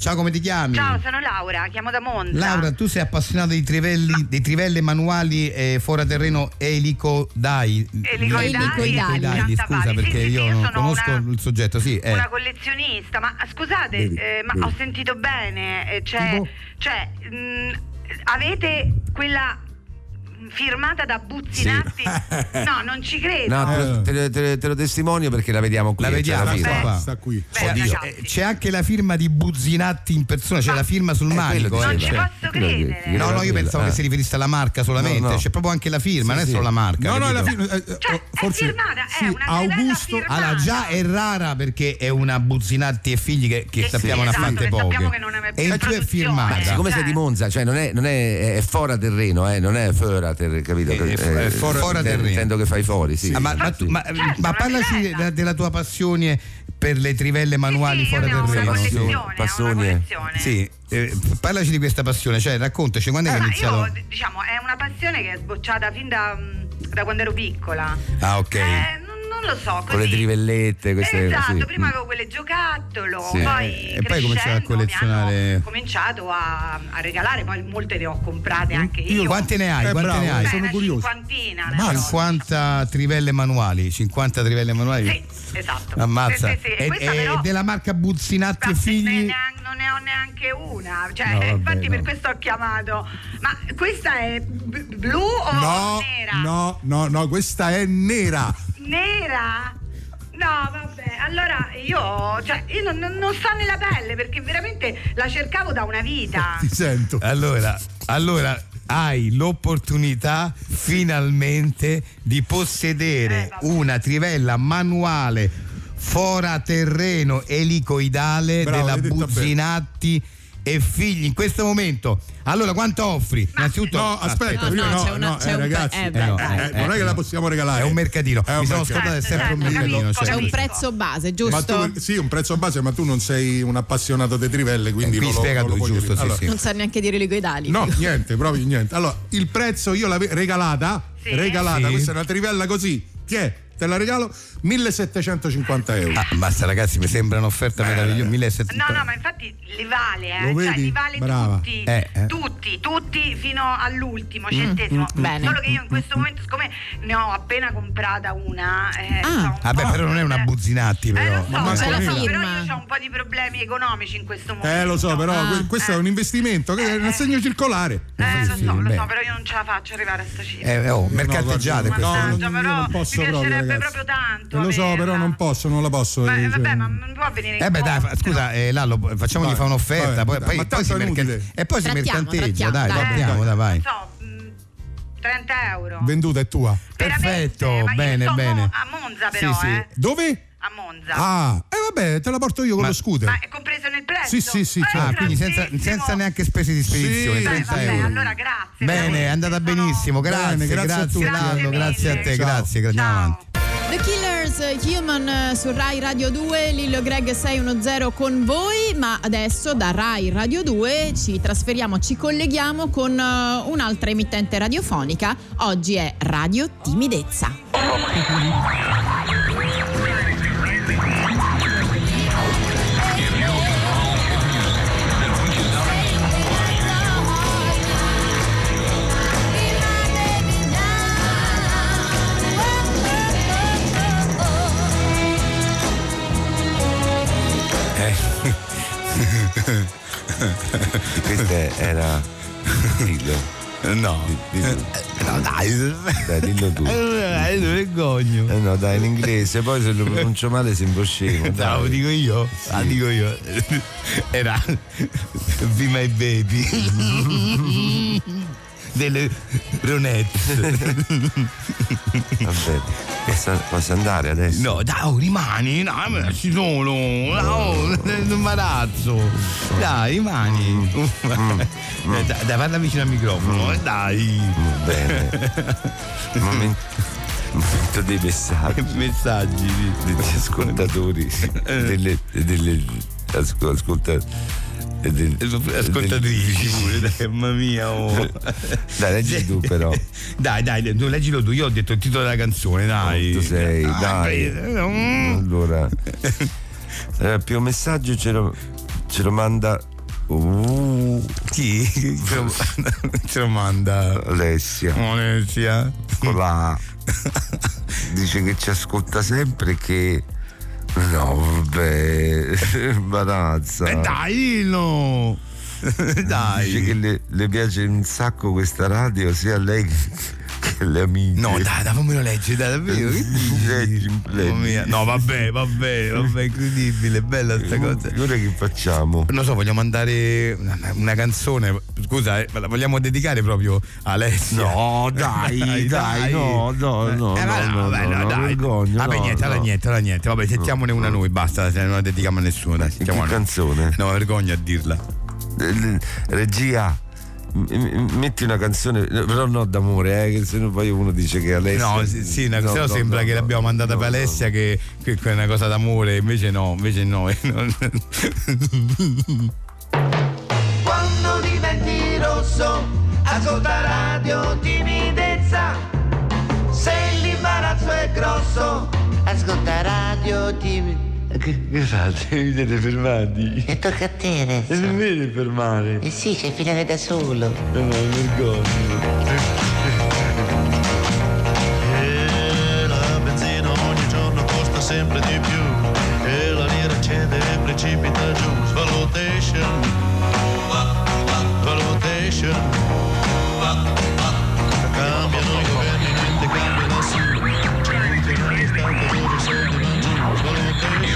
Ciao, come ti chiami? Ciao, sono Laura, chiamo da Monza. Laura, tu sei appassionata di trivelli, di trivelle manuali eh, foraterreno elico dai. Elicoidali, Elicoidali, scusa piantapali. perché Sì, sì, io sì, io non sono conosco una- il soggetto, sì. eh. Una collezionista, ma scusate, Vedi, eh, ma vedi. ho sentito bene, eh, cioè, cioè, mh, avete quella firmata da Buzzinatti? No, non ci credo. No, te lo, te lo- te lo- te lo testimonio perché la vediamo qui. Ah. eh, La c'è ah, vediamo, firma. sta qua. Sta qui. Oddio, eh, c'è anche la firma di Buzzinatti in persona, c'è la firma sul manico. quello eh, diceva. cioè. Quello diceva. No, no, io Quello- pensavo ah. che si riferisse alla marca solamente, No, no. c'è proprio anche la firma, non è sì. solo la marca. No, no, capito? la firma. eh, Cioè, eh, forse, sì, Augusto. Ah. Allora, già è rara perché è una Buzzinatti e figli che, che Che sappiamo ne ha sì, esatto, fatte che poche. sappiamo che non aveva E in più è Ah, Eh, firmata. Eh, Ma siccome sei di Monza, cioè non è, non è, è fora terreno, eh, non è fora terreno, capito? È- è Eh, fora- fora intendo- terreno. Intendo che fai fuori, sì. Ah, ma, ma tu- Certo, ma- ma parlaci della, della tua passione per le trivelle manuali fuori ne ho del una terreno. collezione, Sì. ho una Passione. collezione. Sì, eh, parlaci di questa passione, cioè raccontaci quando è che Eh, hai ma iniziato. io, d- diciamo, è una passione che è sbocciata fin da, mh, da quando ero piccola. Ah, ok. Eh, non, non lo so, Con le così. trivellette, queste esatto, sì. prima avevo quelle giocattolo, Sì. poi E poi hai cominciato a crescendo mi collezionare- hanno cominciato a, a regalare, poi molte le ho comprate anche io. Quante ne hai? Eh, Quante bravo, ne hai? beh, una cinquantina. Ma ne 50 trivelle manuali, 50 trivelle manuali. so. Esatto. Ammazza. Sì, sì, sì. E- Questa e- però- della marca Buzzinatti e Ne- figli. neanche- non ne ho neanche una, cioè, No, vabbè, infatti no. per questo ho chiamato. Ma questa è b- blu o No, nera? no, no, no, questa è nera. Nera? No, vabbè, allora io, cioè, io non, non- non sto nella pelle perché veramente la cercavo da una vita. Ti sento. Allora, allora hai l'opportunità finalmente di Eh, possedere una trivella manuale fora terreno elicoidale Bravo, della l'hai detta bene. Buzzinatti e figli in questo momento. Allora, quanto offri? Innanzitutto, No, aspetta, prima no, no, eh, ragazzi, eh, no, eh, eh, non è che la no. possiamo regalare. È un mercatino. È un Mi sono mercatino. scordato che è sempre un Esatto, mercatino. capisco, cioè. C'è un Certo. prezzo base, Ma giusto? tu, sì, un prezzo a base, ma tu non sei un appassionato dei trivelle, quindi Eh, qui non lo- spiega non lo lui, puoi giusto, dire. sì, Allora, sì. Non sa neanche dire liquidali. No, niente, proprio niente. Allora, il prezzo io l'avevo regalata, regalata, Sì. questa è una trivella così, che te la regalo, 1750 euro. Ah, basta, ragazzi, mi sembra un'offerta meravigliosa. 1700. Eh, No, no, ma infatti li vale, eh. Lo Cioè, vedi? li vale Brava. tutti, Eh, eh. tutti, tutti fino all'ultimo, centesimo. mm, mm, Bene. Solo che io in questo momento, siccome ne ho appena comprata una, eh, Ah. insomma, Vabbè, però non è una Buzzinatti, però. non so, eh, manco lo so, quella. però io ho un po' di problemi economici in questo momento. Eh, lo so, però que- questo è un investimento, che è un assegno circolare. Ah. Eh, lo so, lo so, però io non ce la faccio arrivare a sta cifra. Eh, oh, mercateggiate no, questo. Mannaggia, guarda, No, non, Certo, però io non posso mi proprio, piacerebbe ragazzi. proprio tanto. Eh, Lo so, però non posso, non la posso. eh, cioè, Non può venire Eh beh dai, incontro. fa- scusa eh, Lallo, facciamogli Vai, fare vai, un'offerta, poi, dai, poi- ma poi si tanto è merca- inutile. e poi si Trattiamo, trattiamo, mercanteggia, dai, dai. Ecco. trattiamo, dai, Non vai. so, mh, 30 euro. Venduta è tua. Perfetto, bene, sto bene. mo- a Monza però, Sì, sì. eh. Dove? A Monza. Ah, e vabbè, te la porto io con lo scooter. Ma è compreso nel prezzo? Sì, sì, sì, Eh, certo. Ah, quindi senza, grandissimo. senza neanche spese di spedizione, Sì. 30 Beh, vabbè, euro. Allora grazie. Bene, è andata benissimo, grazie, Bene, grazie, grazie a tutti. Lallo, grazie a te, Ciao. grazie, gra- andiamo avanti. The Killers eh, Human eh, su Rai Radio 2, Lillo e Greg 610 con voi, ma adesso da Rai Radio 2 ci trasferiamo, ci colleghiamo con eh, un'altra emittente radiofonica, oggi è Radio Timidezza. Eh? Questa era. Dillo. No. No, dai. Dai, dillo tu. Eh, vergogno. Eh no, dai, in inglese, poi se lo pronuncio male sembro scemo. No, lo Dai. dico io, la dico io. Era Be My Baby delle Ronette. Vabbè, posso, posso andare adesso? No, dai, oh, rimani, no, ma ci sono, no, è un imbarazzo. Dai, rimani. Mm. Eh, Dai, dai, parla vicino al microfono, eh, dai. Mm. Bene. Momento, momento dei messaggi. Messaggi Eh. degli ascoltatori. Delle. delle asco- ascolta. e del- Eh, Ascoltatrici pure, dai, mamma mia. Oh. Dai, leggi tu però. Dai, dai, tu leggilo tu, io ho detto il titolo della canzone, dai. Tu sei, dai. Mm. Allora, eh, più messaggio ce lo, ce lo manda. Uh, Chi? Ce lo, ce lo manda Alessia. Alessia. Con la A. Dice che ci ascolta sempre e che. No, vabbè, imbarazza. Eh dai, dillo. Dice dai. che le, le piace un sacco questa radio, sia a lei che, che le amiche. No, dai, dai, fammelo leggere, dai, davvero. che dici? Leggi, leggi. Mamma mia. No, vabbè, vabbè, vabbè, incredibile, bella Mm. sta cosa. Ora che facciamo? Non lo so, vogliamo mandare una, una canzone. Scusa, eh, ma la vogliamo dedicare proprio a Alessia. No, dai, dai, no, no, no, Eh, ma no, no, vabbè, no, no, dai. vergogna, Vabbè, no, niente, allora no. Mm. niente, allora niente. Vabbè, sentiamone una noi, basta, se non la dedichiamo a nessuno, dai, Che sentiamo una. canzone? No, vergogna a dirla. Eh, Regia. m- m- Metti una canzone, però no d'amore, eh, che se no poi uno dice che Alessia. No, sì, sì no, Eh, No, se no no, sembra no, che no, l'abbiamo mandata no, per Alessia che, che è una cosa d'amore, invece no, invece no. eh, Quando diventi rosso, ascolta radio timidezza. Se l'imbarazzo è grosso, ascolta radio timidezza. Che, che fate? Vi siete fermati? E tocca a te E adesso. non mi dovete fermare. Eh sì, c'è il finale da solo. No, no, mi E la benzina ogni giorno costa sempre di più E la lira cede e precipita giù Valutation Valutation Cambiano i governi, niente cambia lassù C'è un canale stanco dove i soldi vanno giù Valutation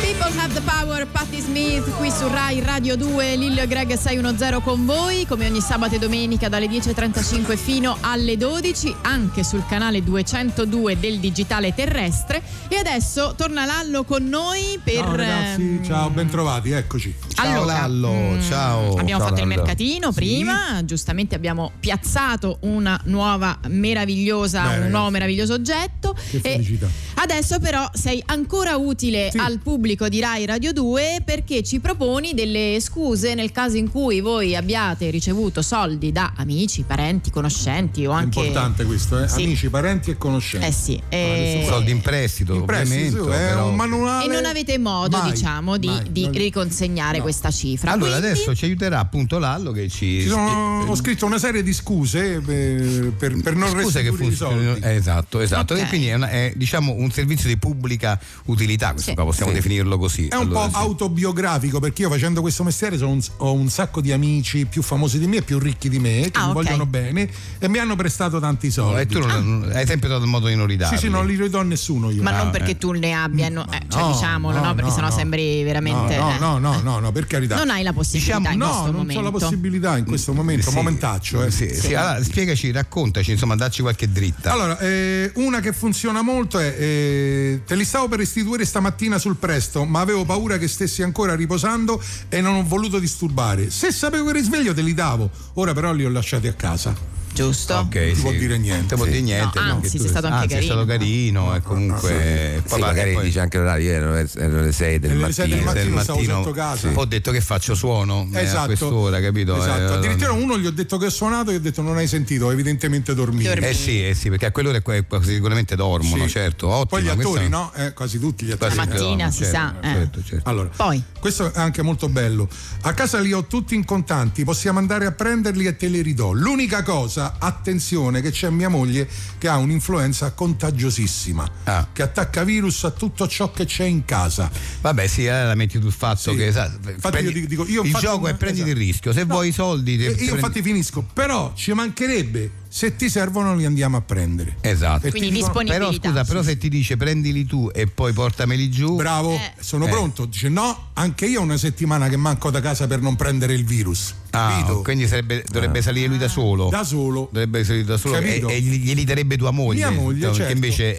People have the power, Patti Smith qui su Rai Radio 2, Lillo e Greg 610 con voi, come ogni sabato e domenica dalle 10.35 fino alle 12, anche sul canale 202 del Digitale Terrestre. E adesso torna Lallo con noi per... Ciao ragazzi, ehm, ciao, bentrovati, eccoci. Allora, mm, Abbiamo fatto il mercatino mercatino prima, giustamente abbiamo piazzato una nuova meravigliosa, Beh, un ragazzi. nuovo meraviglioso oggetto. Che felicità. Adesso però sei ancora utile al pubblico di Rai Radio 2 perché ci proponi delle scuse nel caso in cui voi abbiate ricevuto soldi da amici, parenti, conoscenti o anche... Importante questo, eh? Sì. amici, parenti e conoscenti. Eh sì, eh. adesso- soldi in prestito, In prestito, ovviamente, eh, sì, è però- un manuale. E non avete modo, Mai, diciamo, di, mai, di non- riconsegnare questa cifra. Allora Quindi- adesso ci aiuterà appunto Lallo che ci... Ci sono- ho scritto una serie di scuse per, per- per non Scusa che restituire i soldi. funziona. eh, Esatto, esatto. Ok. E quindi è, una- è, diciamo un servizio di pubblica utilità, questo qua possiamo Sì. definirlo così. È un Allora, po' autobiografico perché io facendo questo mestiere sono un- ho un sacco di amici più famosi di me e più ricchi di me che Ah, mi ok. vogliono bene e mi hanno prestato tanti sì. soldi. E tu non- hai sempre dato il modo di non ridarli. Sì, sì, non li ridò a nessuno io. Ma Ah, non perché tu ne abbia, no- eh, cioè no, diciamolo, no, no, perché no, sennò no. sembri veramente. No, eh. no, no, no, no, no, per carità. Diciamo, Non hai la possibilità in no, questo non momento. ho la possibilità in questo momento, Sì. momentaccio. eh. Sì, sì, allora, spiegaci, raccontaci, insomma, dacci qualche dritta. Allora, eh, una che funziona molto è eh, te li stavo per restituire stamattina sul presto, ma avevo paura che stessi ancora riposando e non ho voluto disturbare. Se sapevo che eri sveglio te li davo, ora però li ho lasciati a casa. Giusto? Ok, non ti può dire niente. Ah, Non vuol dire niente, No, no, anzi, che tu- sei stato anche anzi, carino. È stato carino e comunque Sì, magari dice anche l'orario, io ero, ero le 6 del Alle mattino. sei del mattino stavo mattino, sotto casa. Ho detto che faccio suono eh, a Esatto. quest'ora, capito? Esatto, Eh, addirittura uno gli ho detto che ho suonato e ho detto non hai sentito, evidentemente dormivo. Eh sì, eh sì, perché a quell'ora è que- sicuramente dormono, Sì. certo. Ottimo, Poi gli questa- attori, no? Eh, quasi tutti gli attori. La mattina Dormono, si certo, sa, eh. certo, Allora, questo è anche molto bello. A casa li ho tutti in contanti, possiamo andare a prenderli e te li ridò. L'unica cosa, attenzione, che c'è mia moglie che ha un'influenza contagiosissima, Ah. che attacca virus a tutto ciò che c'è in casa. Vabbè, sì, eh, la metti sul fatto che sa, Infatti io prendi- dico- dico, io il faccio gioco una- è prenditi il esatto. rischio. Se No, vuoi i soldi, eh, te- io te prendi- infatti finisco, però ci mancherebbe, se ti servono li andiamo a prendere. Esatto. E ti Quindi dicono- Però disponibilità. scusa, però Sì, se ti dice prendili tu e poi portameli giù. Bravo, sono Eh. pronto. Dice no, anche io ho una settimana che manco da casa per non prendere il virus. Ah, Capito? Ah. quindi sarebbe- dovrebbe salire lui da solo. Da solo. Dovrebbe salire da solo e, Capito? e gli- glieli darebbe tua moglie. Mia moglie, che certo. invece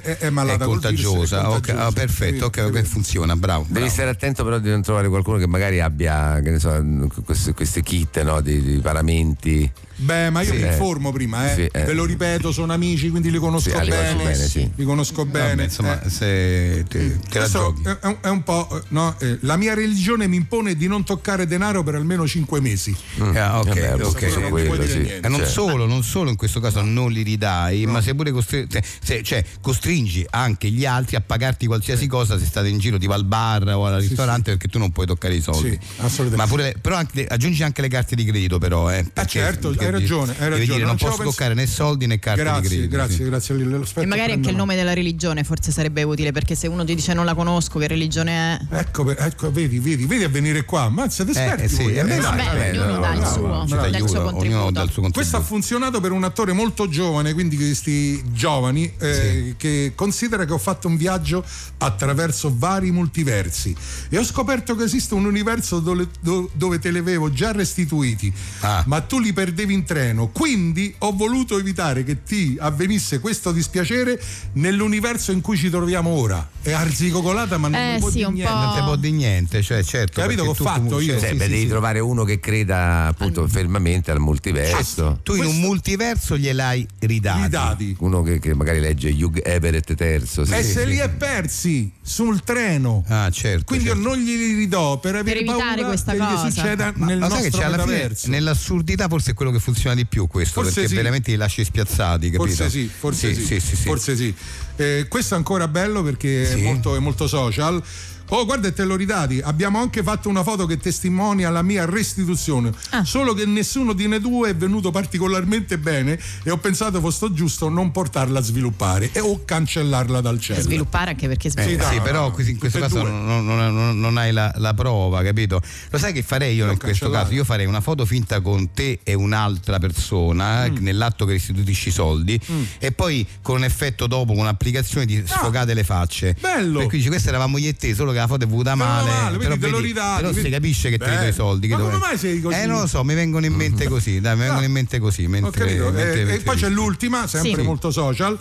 È- è- è malata col virus, è contagiosa. Ok, contagiosa. ah, perfetto, ok, ok, funziona, bravo. Devi stare attento però di non trovare qualcuno che magari abbia che ne so, queste, queste kit no, di, di paramenti. Beh, ma io Sì, mi eh. informo prima, eh. Sì, eh. Ve lo ripeto, sono amici, quindi li conosco Sì, ah, li conosci bene. bene, sì. Li conosco bene. Vabbè, insomma, se te, te la Questo giochi. è, è un, è un po'. eh, no, eh, la mia religione mi impone di non toccare denaro per almeno 5 mesi. Ah, ok, Vabbè, ok. questo è quello, sì. E non Cioè. solo, non solo in questo caso non li ridai, ma se pure costri- se- se- cioè, costringi anche gli altri a pagarti qualsiasi cosa se state in giro, tipo al bar o al ristorante, perché tu non puoi toccare i soldi. assolutamente. Ma pure le- però anche le- aggiungi anche le carte di credito, però. Eh, perché- certo, perché hai devi- ragione, hai devi ragione, dire, non non ci avevo posso toccare né soldi né carte di Grazie, credito. grazie, sì. grazie. Lillo. Aspetta, E magari anche il prendo- nome della religione forse sarebbe utile, perché se uno ti dice non la conosco, che religione è. Ecco, per- ecco, vedi, vedi, vedi a venire qua. Ma siete esperti eh sì, voi, eh beh, dai, vabbè, dai, ognuno dai, dà il dai, suo, dai, ci dai. dà il suo Ognuno contributo. dà il suo contributo. Questo ha funzionato per un attore molto giovane, quindi questi giovani, eh, che considera che ho fatto un viaggio attraverso vari multiversi e ho scoperto che esiste un universo dove, do- dove te li avevo già restituiti, Ah. ma tu li perdevi in treno. Quindi ho voluto evitare che ti avvenisse questo dispiacere nell'universo in cui ci troviamo ora. È arzigogolata, ma non Eh, mi può sì, dire un niente. po'. Non te può di niente, cioè certo. Capito che ho perché tu fatto comunque- io? Cioè, beh, devi trovare uno che creda appunto fermamente al multiverso. Tu in un multiverso gliel'hai ridati. Uno che, che magari legge Hugh Everett III. sì. e se li è persi sul treno. Ah, certo. Quindi io non glieli ridò per avere evitare paura questa che cosa. gli succeda Ma- nel ma sai nostro che c'è alla fine, metaverso. nell'assurdità forse è quello che funziona di più questo Forse perché sì. veramente li lasci spiazzati capito? Forse sì, forse sì, forse sì. Eh, questo è ancora bello perché è, molto, è molto social. Oh, guarda, te l'ho ridati. Abbiamo anche fatto una foto che testimonia la mia restituzione. Ah. Solo che nessuno di noi due è venuto particolarmente bene e ho pensato fosse giusto non portarla a sviluppare e o cancellarla dal cielo. Sviluppare anche perché Eh, sì, sviluppare. però qui- in questo Tutte e caso non, non- non- non hai la, la prova, capito? Lo sai che farei io in questo cancellare. caso? Io farei una foto finta con te e un'altra persona Mm. eh, nell'atto che restituisci i soldi e poi con un effetto dopo, con un'applicazione di sfogate le facce. Ah, Bello! Per cui dici, questa eravamo io e te, solo che che la foto è venuta male, male, però, quindi te lo ridate, però si quindi- capisce che ti do i Beh, soldi. Che ma come dovrei- mai sei così? Mm. Eh, non lo so, mi vengono in mente così, dai, mi vengono in mente così. Ho Mentre, capito. mentre- Eh, e mentre poi c'è dici. l'ultima, sempre Sì. molto social.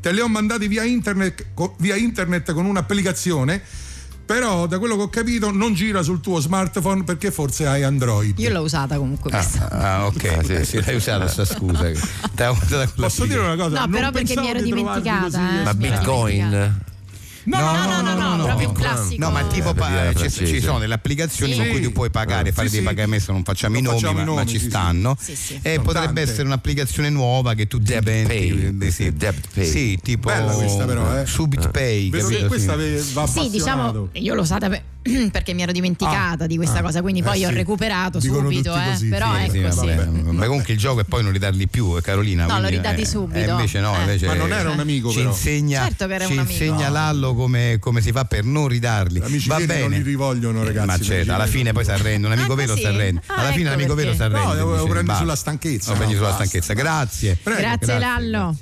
Te le ho mandate via internet, co- via internet con un'applicazione. Però, da quello che ho capito, non gira sul tuo smartphone perché forse hai Android. Io l'ho usata comunque Ah, questa. ah, ok, sì, sì, l'hai usata sta scusa. Posso dire una No, però perché mi ero dimenticata. eh. Ma bitcoin? No, no, no, no, no, proprio un classico. No, ma tipo pa- cioè, Gabriele ci, Francese. ci sono delle applicazioni Sì. con cui tu puoi pagare, Ah, fare sì, dei sì. pagamenti, non facciamo i Non nomi, facciamo ma, i ma nomi, ci sì, sì. stanno. E Sono potrebbe tante. essere un'applicazione nuova che tu dipenti. eh, Sì, Sì, tipo Bella questa però, eh. Subit Pay. Vedo che capito? questa Sì. ve- va Sì, diciamo, appassionato. io l'ho usata per- perché mi ero dimenticata di questa ah, cosa, quindi poi eh ho sì. recuperato Dicono subito, tutti eh. così, però sì, sì, ecco sì. vabbè. Ma comunque il gioco è poi non ridarli più, eh, Carolina. No, lo quindi, ridati eh, subito. eh, invece no, Eh. invece, Ma non era un amico, Ci però. insegna, Certo che era ci un amico. insegna Lallo come, come si fa per non ridarli. Va veri bene. non li rivogliono, Eh, ragazzi, Ma gli certo, alla veri. fine poi si arrende. Un amico vero si arrende. Ah, Alla fine ecco l'amico vero si perché. arrende. No, lo- lo dice, prendi basta. sulla stanchezza, Lo prendi no, sulla basta. stanchezza. Grazie. Grazie, Lallo.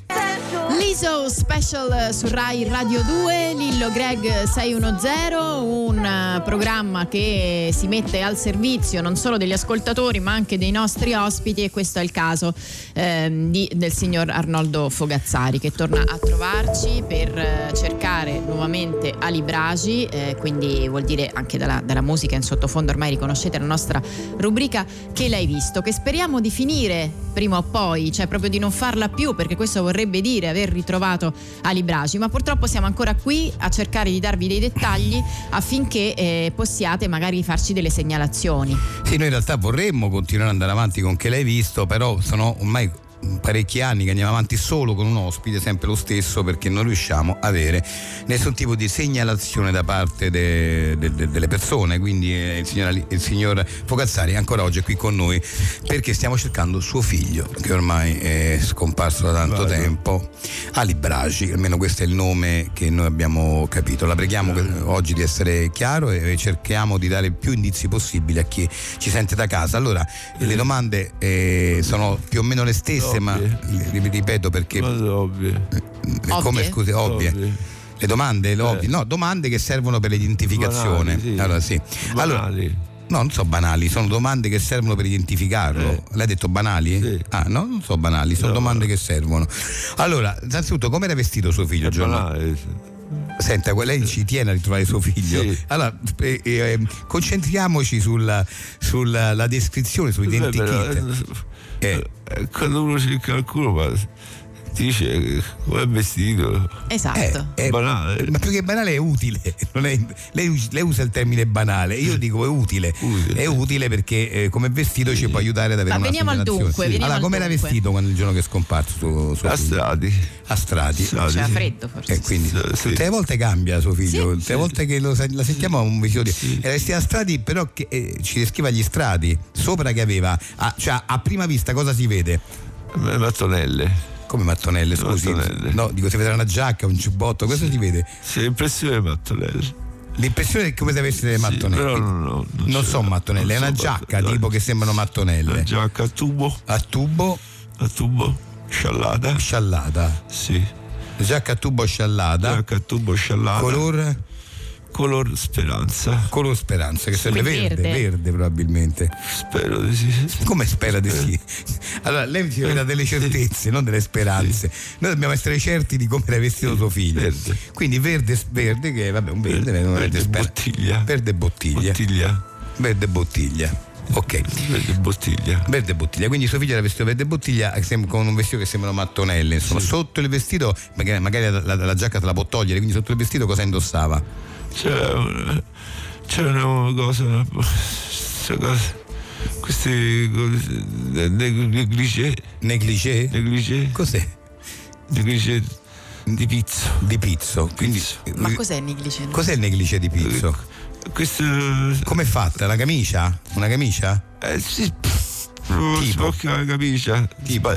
Liso Special eh, su Rai Radio 2, Lillo Greg 610, un eh, programma che si mette al servizio non solo degli ascoltatori ma anche dei nostri ospiti e questo è il caso ehm, di- del signor Arnoldo Fogazzari che torna a trovarci per eh, cercare nuovamente Ali Bragi, eh, quindi vuol dire anche dalla, dalla musica in sottofondo ormai riconoscete la nostra rubrica che l'hai visto, che speriamo di finire prima o poi, cioè proprio di non farla più, perché questo vorrebbe dire aver ritrovato Ali Bragi, ma purtroppo siamo ancora qui a cercare di darvi dei dettagli affinché eh, possiate magari farci delle segnalazioni. Sì, noi in realtà vorremmo continuare ad andare avanti con che l'hai visto, però sono ormai parecchi anni che andiamo avanti solo con un ospite, sempre lo stesso, perché non riusciamo ad avere nessun tipo di segnalazione da parte de- de- de- delle persone. Quindi eh, il, signor, Ali- il signor Focazzari ancora oggi è qui con noi perché stiamo cercando suo figlio, che ormai è scomparso da tanto tempo, Ali Bragi, almeno questo è il nome che noi abbiamo capito. La preghiamo que- oggi di essere chiaro e e cerchiamo di dare più indizi possibili a chi ci sente da casa. Allora, le domande eh, sono più o meno le stesse, ma li- li ripeto perché... Eh, Come Ovvie? scusi, ovvie. Le domande, le ovvie. Eh. no, domande che servono per l'identificazione. Banali, sì. Allora, sì. Allora, no, non so banali, sono domande che servono per identificarlo. Lei ha detto banali? Ah, Eh. no, non so banali, sono domande che servono. Allora, innanzitutto, come era vestito suo figlio, eh, Giovanni? Senta, que- lei ci tiene a ritrovare suo figlio. Allora, eh, eh, concentriamoci sulla, sulla la descrizione, sull'identikit. Eh, Eh, Quando uno cerca qualcuno, ma dice eh, come è vestito? Esatto. Eh, banale. Ma più che banale è utile. Non è- lei, us- lei usa il termine banale, io dico è utile. È utile perché eh, come vestito ci può aiutare ad avere Ma una veniamo al segnalazione. dunque, veniamo allora, al come era dunque. vestito quando il giorno che è scomparso? Suo, suo a strati. A strati. Ah, C'era freddo forse. E quindi tutte le volte cambia suo figlio, tutte le volte che lo, sen- la sentiamo ha un vestito di. Era vestito a strati, però che, eh, ci descriva gli strati, sopra che aveva, a, cioè a prima vista cosa si vede? Eh, Mattonelle. Come mattonelle, scusi? No, dico se vedrà una giacca, un giubbotto, cosa si vede? Sì, l'impressione delle mattonelle. L'impressione è come se avesse delle mattonelle. non, sono mattonelle, è una giacca tipo che sembrano mattonelle. Una giacca a tubo. A tubo. A tubo. Sciallata. Sciallata. Sì. Giacca a tubo sciallata. Giacca a tubo sciallata. Color? Color speranza. Color speranza, che sarebbe Quindi verde, verde. verde, probabilmente. Spero di sì. Come spera di sì? Allora, lei ci dà delle certezze, non delle speranze. Noi dobbiamo essere certi di come era vestito suo figlio. Quindi verde, verde, che vabbè, un verde, non avete speranza. Verde bottiglia. Verde bottiglia. Ok. Verde bottiglia. Verde bottiglia. Quindi suo figlio era vestito verde bottiglia eh, sem- con un vestito che sembrano mattonelle. Insomma, sotto il vestito, magari, magari la, la- la giacca te la può togliere, quindi sotto il vestito cosa indossava? C'era una, c'era una cosa, questa cosa questi eh, neg- negligé. Negligé? Negligé. Cos'è? Negligé di pizzo. Di pizzo. Quindi, Ma cos'è il negligente? Cos'è il negligé di pizzo? Questo. eh, Com'è fatta? La camicia? Una camicia? Eh sì. Spocca la camicia.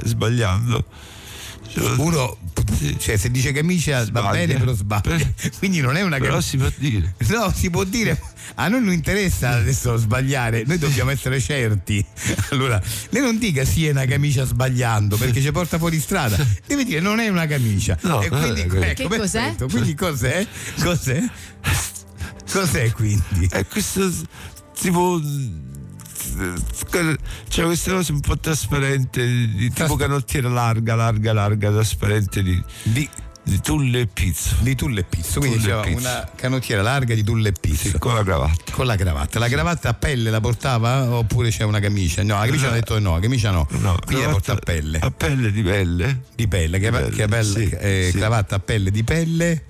sbagliando. Eh. Uno, cioè, se dice camicia va bene, però sbaglia. Quindi non è una camicia. Eh. Però si può dire. No, si può dire. A noi non interessa adesso sbagliare, noi dobbiamo essere certi. Allora, lei non dica sì è una camicia sbagliando perché ci porta fuori strada, deve dire non è una camicia. No, e non è quindi, una camicia. ecco, Che cos'è? perfetto. Quindi cos'è? Cos'è? Cos'è quindi? È Eh, questo s- tipo. mm, s- s- C'è questa cosa un po' trasparente, di tipo canottiera larga, larga, larga, trasparente di, di, tulle e pizzo. Di tulle e pizzo, Quindi c'era una canottiera larga di tulle e pizzo. con la cravatta. Con la cravatta. La cravatta a pelle la portava oppure c'è una camicia? No, la camicia No. ha detto no, la camicia no. Quindi la cravatta porta a pelle. A pelle di pelle? Di pelle, che, che pelle, eh, cravatta a pelle di pelle.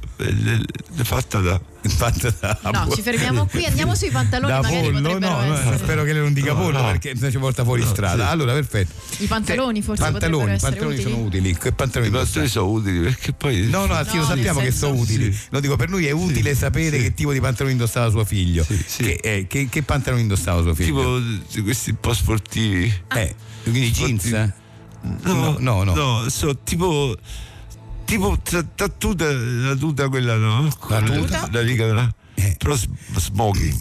fatta da. Fatta da. No, ci fermiamo qui, andiamo sui pantaloni, Ah, boh. da magari pollo, potrebbero no, no, essere. spero che lei non dica No, pollo no. perché ci porta fuori strada. Allora, perfetto. I pantaloni forse pantaloni, potrebbero pantaloni essere sono utili. utili. Che pantaloni sono utili perché poi. No, no, sì, lo No, sappiamo nel che senso- sono utili. Lo dico, per noi è utile sapere che tipo di pantaloni indossava suo figlio. Che, eh, che- che pantaloni indossava suo figlio? Tipo di questi un po' sportivi. Eh, quindi jeans? eh? No, no, no. so, tipo. Tipo tra- tra tuta, la tuta quella no? La tuta? La riga là. Però s- smoking.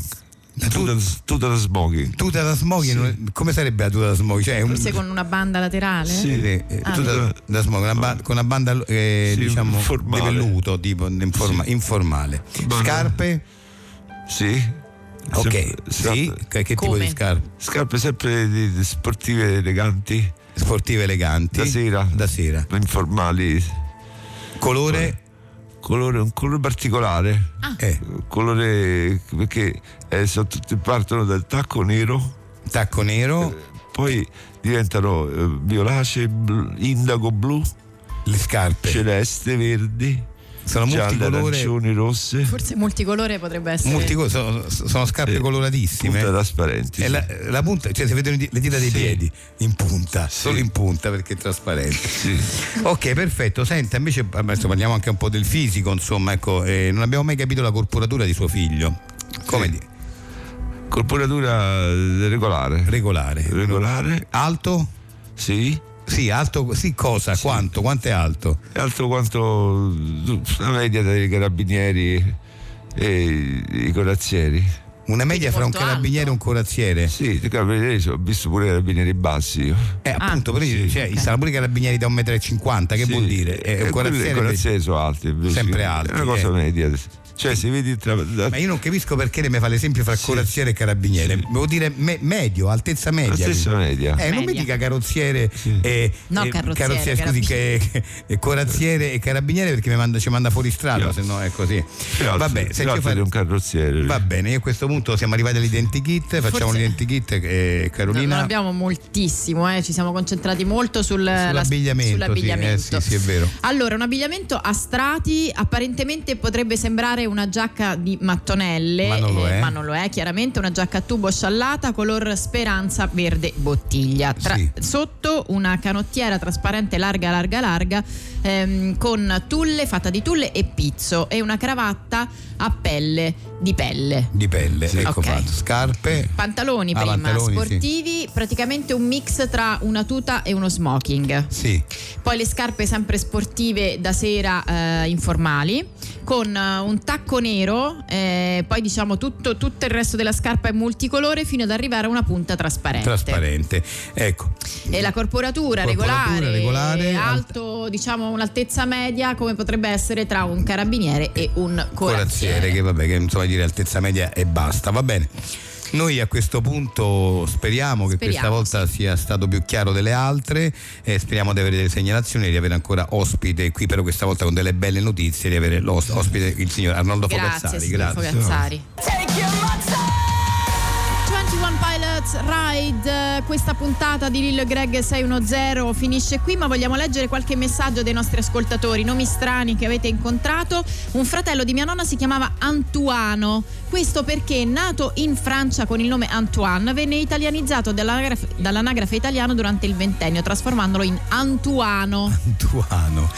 Eh. Tuta, tuta da smoking. Tuta da smoking? non- Come sarebbe la tuta da smoking? Cioè, un, Forse con una banda laterale? Sì, eh, Ah, tuta da, da smoking, una ba- con una banda eh, diciamo di velluto, tipo informa- informale. Scarpe? Sì. Ok, sì. Che, che tipo di scarpe? Scarpe sempre di, di sportive eleganti. Sportive eleganti. Da sera. Da sera. Informali. Colore? Colore, un colore particolare. Ah. Eh. Colore perché eh, sono tutti, partono dal tacco nero. Tacco nero. poi diventano eh, violacee, bl- indago blu. Le scarpe. Celeste, verdi. Sono gialle, multicolore. arancioni, rosse. Forse multicolore potrebbe essere. Multico- sono, sono scarpe coloratissime. punta trasparenti. E la, la punta, cioè si vedono i di- le dita dei piedi in punta, solo in punta perché è trasparente. Ok, perfetto. Senta, invece adesso parliamo anche un po' del fisico, insomma, ecco, eh, non abbiamo mai capito la corporatura di suo figlio. Come dire? Corporatura eh, regolare. Regolare. Regolare. Alto? Sì. Sì, alto, sì, cosa? Quanto? Quanto è alto? È alto quanto la media dei carabinieri e i corazzieri. Una media fra un carabiniere e un corazziere? Sì, i carabinieri ho visto pure i carabinieri bassi. io. Eh, appunto, però io- cioè, ci saranno pure i carabinieri da 1,50 m, che Sì. vuol dire? Eh, Eh, un quelli- I corazziere corazzieri sono alti. invece. Sempre alti, È una cosa eh. media. Cioè, se vedi tra... da- Ma io non capisco perché lei mi fa l'esempio fra corazziere e carabiniere. Devo dire me- medio, altezza media. Altezza quindi. media. Eh, non mi Media. dica carrozziere e, No, e- carrozziere, scusi, che, e corazziere e carabiniere perché mi manda- ci manda fuori strada, se no è così. Vabbè, se più ci alto di fa... un carrozziere. Va bene, io a questo punto siamo arrivati all'identikit, facciamo Forse- l'identikit, eh, No, non Carolina. abbiamo moltissimo, eh, ci siamo concentrati molto sul, la- Sull'abbigliamento, sull'abbigliamento. Sì, eh, sì, sì, è vero. Allora, un abbigliamento a strati apparentemente potrebbe sembrare una giacca di mattonelle, eh, Ma non lo è. ma non lo è, chiaramente una giacca a tubo sciallata color speranza verde bottiglia. Tra- Sotto una canottiera trasparente larga, larga, larga ehm, con tulle fatta di tulle e pizzo e una cravatta a pelle di pelle. Di pelle, Sì. ecco Ok. fatto. Scarpe. Pantaloni Ah, prima, pantaloni, sì. sportivi, praticamente un mix tra una tuta e uno smoking. Sì. Poi le scarpe sempre sportive da sera eh, informali, con eh, un tacco nero, eh, poi diciamo tutto, tutto il resto della scarpa è multicolore fino ad arrivare a una punta trasparente. Trasparente. Ecco, E la corporatura, Corporatura regolare, regolare, alto, diciamo un'altezza media come potrebbe essere tra un carabiniere e un corazziere. corazziere, che vabbè, che insomma dire altezza media e basta, va bene. Noi a questo punto speriamo che Speriamo, questa volta sia stato più chiaro delle altre, eh, speriamo di avere delle segnalazioni e di avere ancora ospite qui, però questa volta con delle belle notizie, di avere l'os- ospite il signor Arnoldo Grazie, Fogazzari. signor Fogazzari. 21 Pilots Ride, eh, questa puntata di Lil Greg 610 finisce qui, ma vogliamo leggere qualche messaggio dei nostri ascoltatori, nomi strani che avete incontrato. Un fratello di mia nonna si chiamava Antuano, questo perché nato in Francia con il nome Antoine, venne italianizzato dall'anagrafe, dall'anagrafe italiano durante il ventennio, trasformandolo in Antuano. Antuano.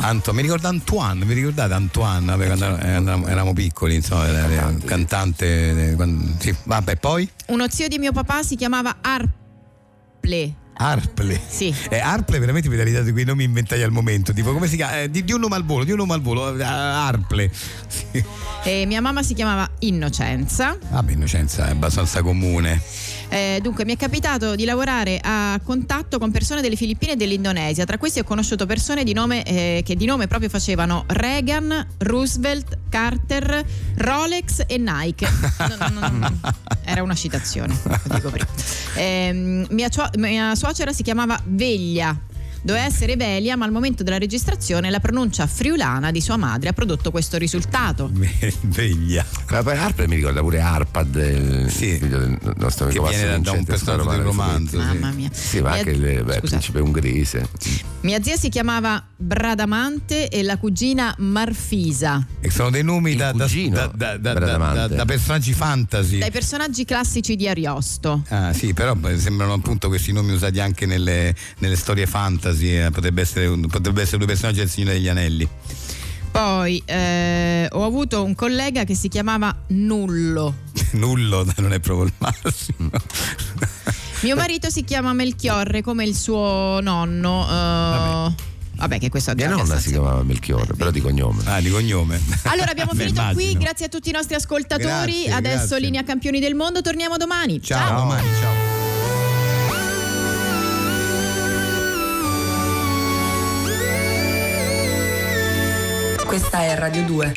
Anto- mi ricorda Antoine, vi ricordate Antoine? Vabbè, quando eravamo- eravamo, eravamo piccoli, insomma, era- era un cantante. eh, quando- sì, vabbè, poi Uno zio di mio papà si chiamava Arple. Arple. Sì. Eh, Arple veramente mi dai dato quei nomi inventati al momento, tipo come si chiama? Eh, di, di un nome al volo, di un nome al volo, eh, Arple. Sì. Ah, E mia mamma si chiamava Innocenza. Vabbè, innocenza è abbastanza comune. Eh, dunque, mi è capitato di lavorare a contatto con persone delle Filippine e dell'Indonesia. Tra questi ho conosciuto persone di nome, eh, che di nome proprio facevano Reagan, Roosevelt, Carter, Rolex e Nike. No, no, no, no. Era una citazione. lo dico prima. Ehm, mia, cio- mia suocera si chiamava Veglia. Doveva essere Velia, ma al momento della registrazione la pronuncia friulana di sua madre ha prodotto questo risultato. Veglia. Ma poi Harper mi ricorda pure Harpad, il figlio del nostro amico Che viene da- da un personaggio del romanzo, sì. Mamma mia. Sì, ma Mi anche ha- il beh, Scusate. principe ungherese. Mia zia si chiamava Bradamante e la cugina Marfisa. E sono dei nomi da, da- da- da- da- da- da personaggi fantasy. Dai personaggi classici di Ariosto. Ah sì, però beh, sembrano appunto questi nomi usati anche nelle, nelle storie fantasy, eh, potrebbe, essere un- potrebbe essere due personaggi del Signore degli Anelli. Poi eh, ho avuto un collega che si chiamava Nullo. Nullo non è proprio il massimo. Mio marito si chiama Melchiorre come il suo nonno. eh, vabbè. che questo Mia nonna si chiamava Melchiorre, però di cognome. Ah, di cognome. Allora abbiamo finito qui, grazie a tutti i nostri ascoltatori. Grazie, Adesso grazie. linea campioni del mondo, torniamo domani. Ciao, domani, ciao. Questa è Radio 2.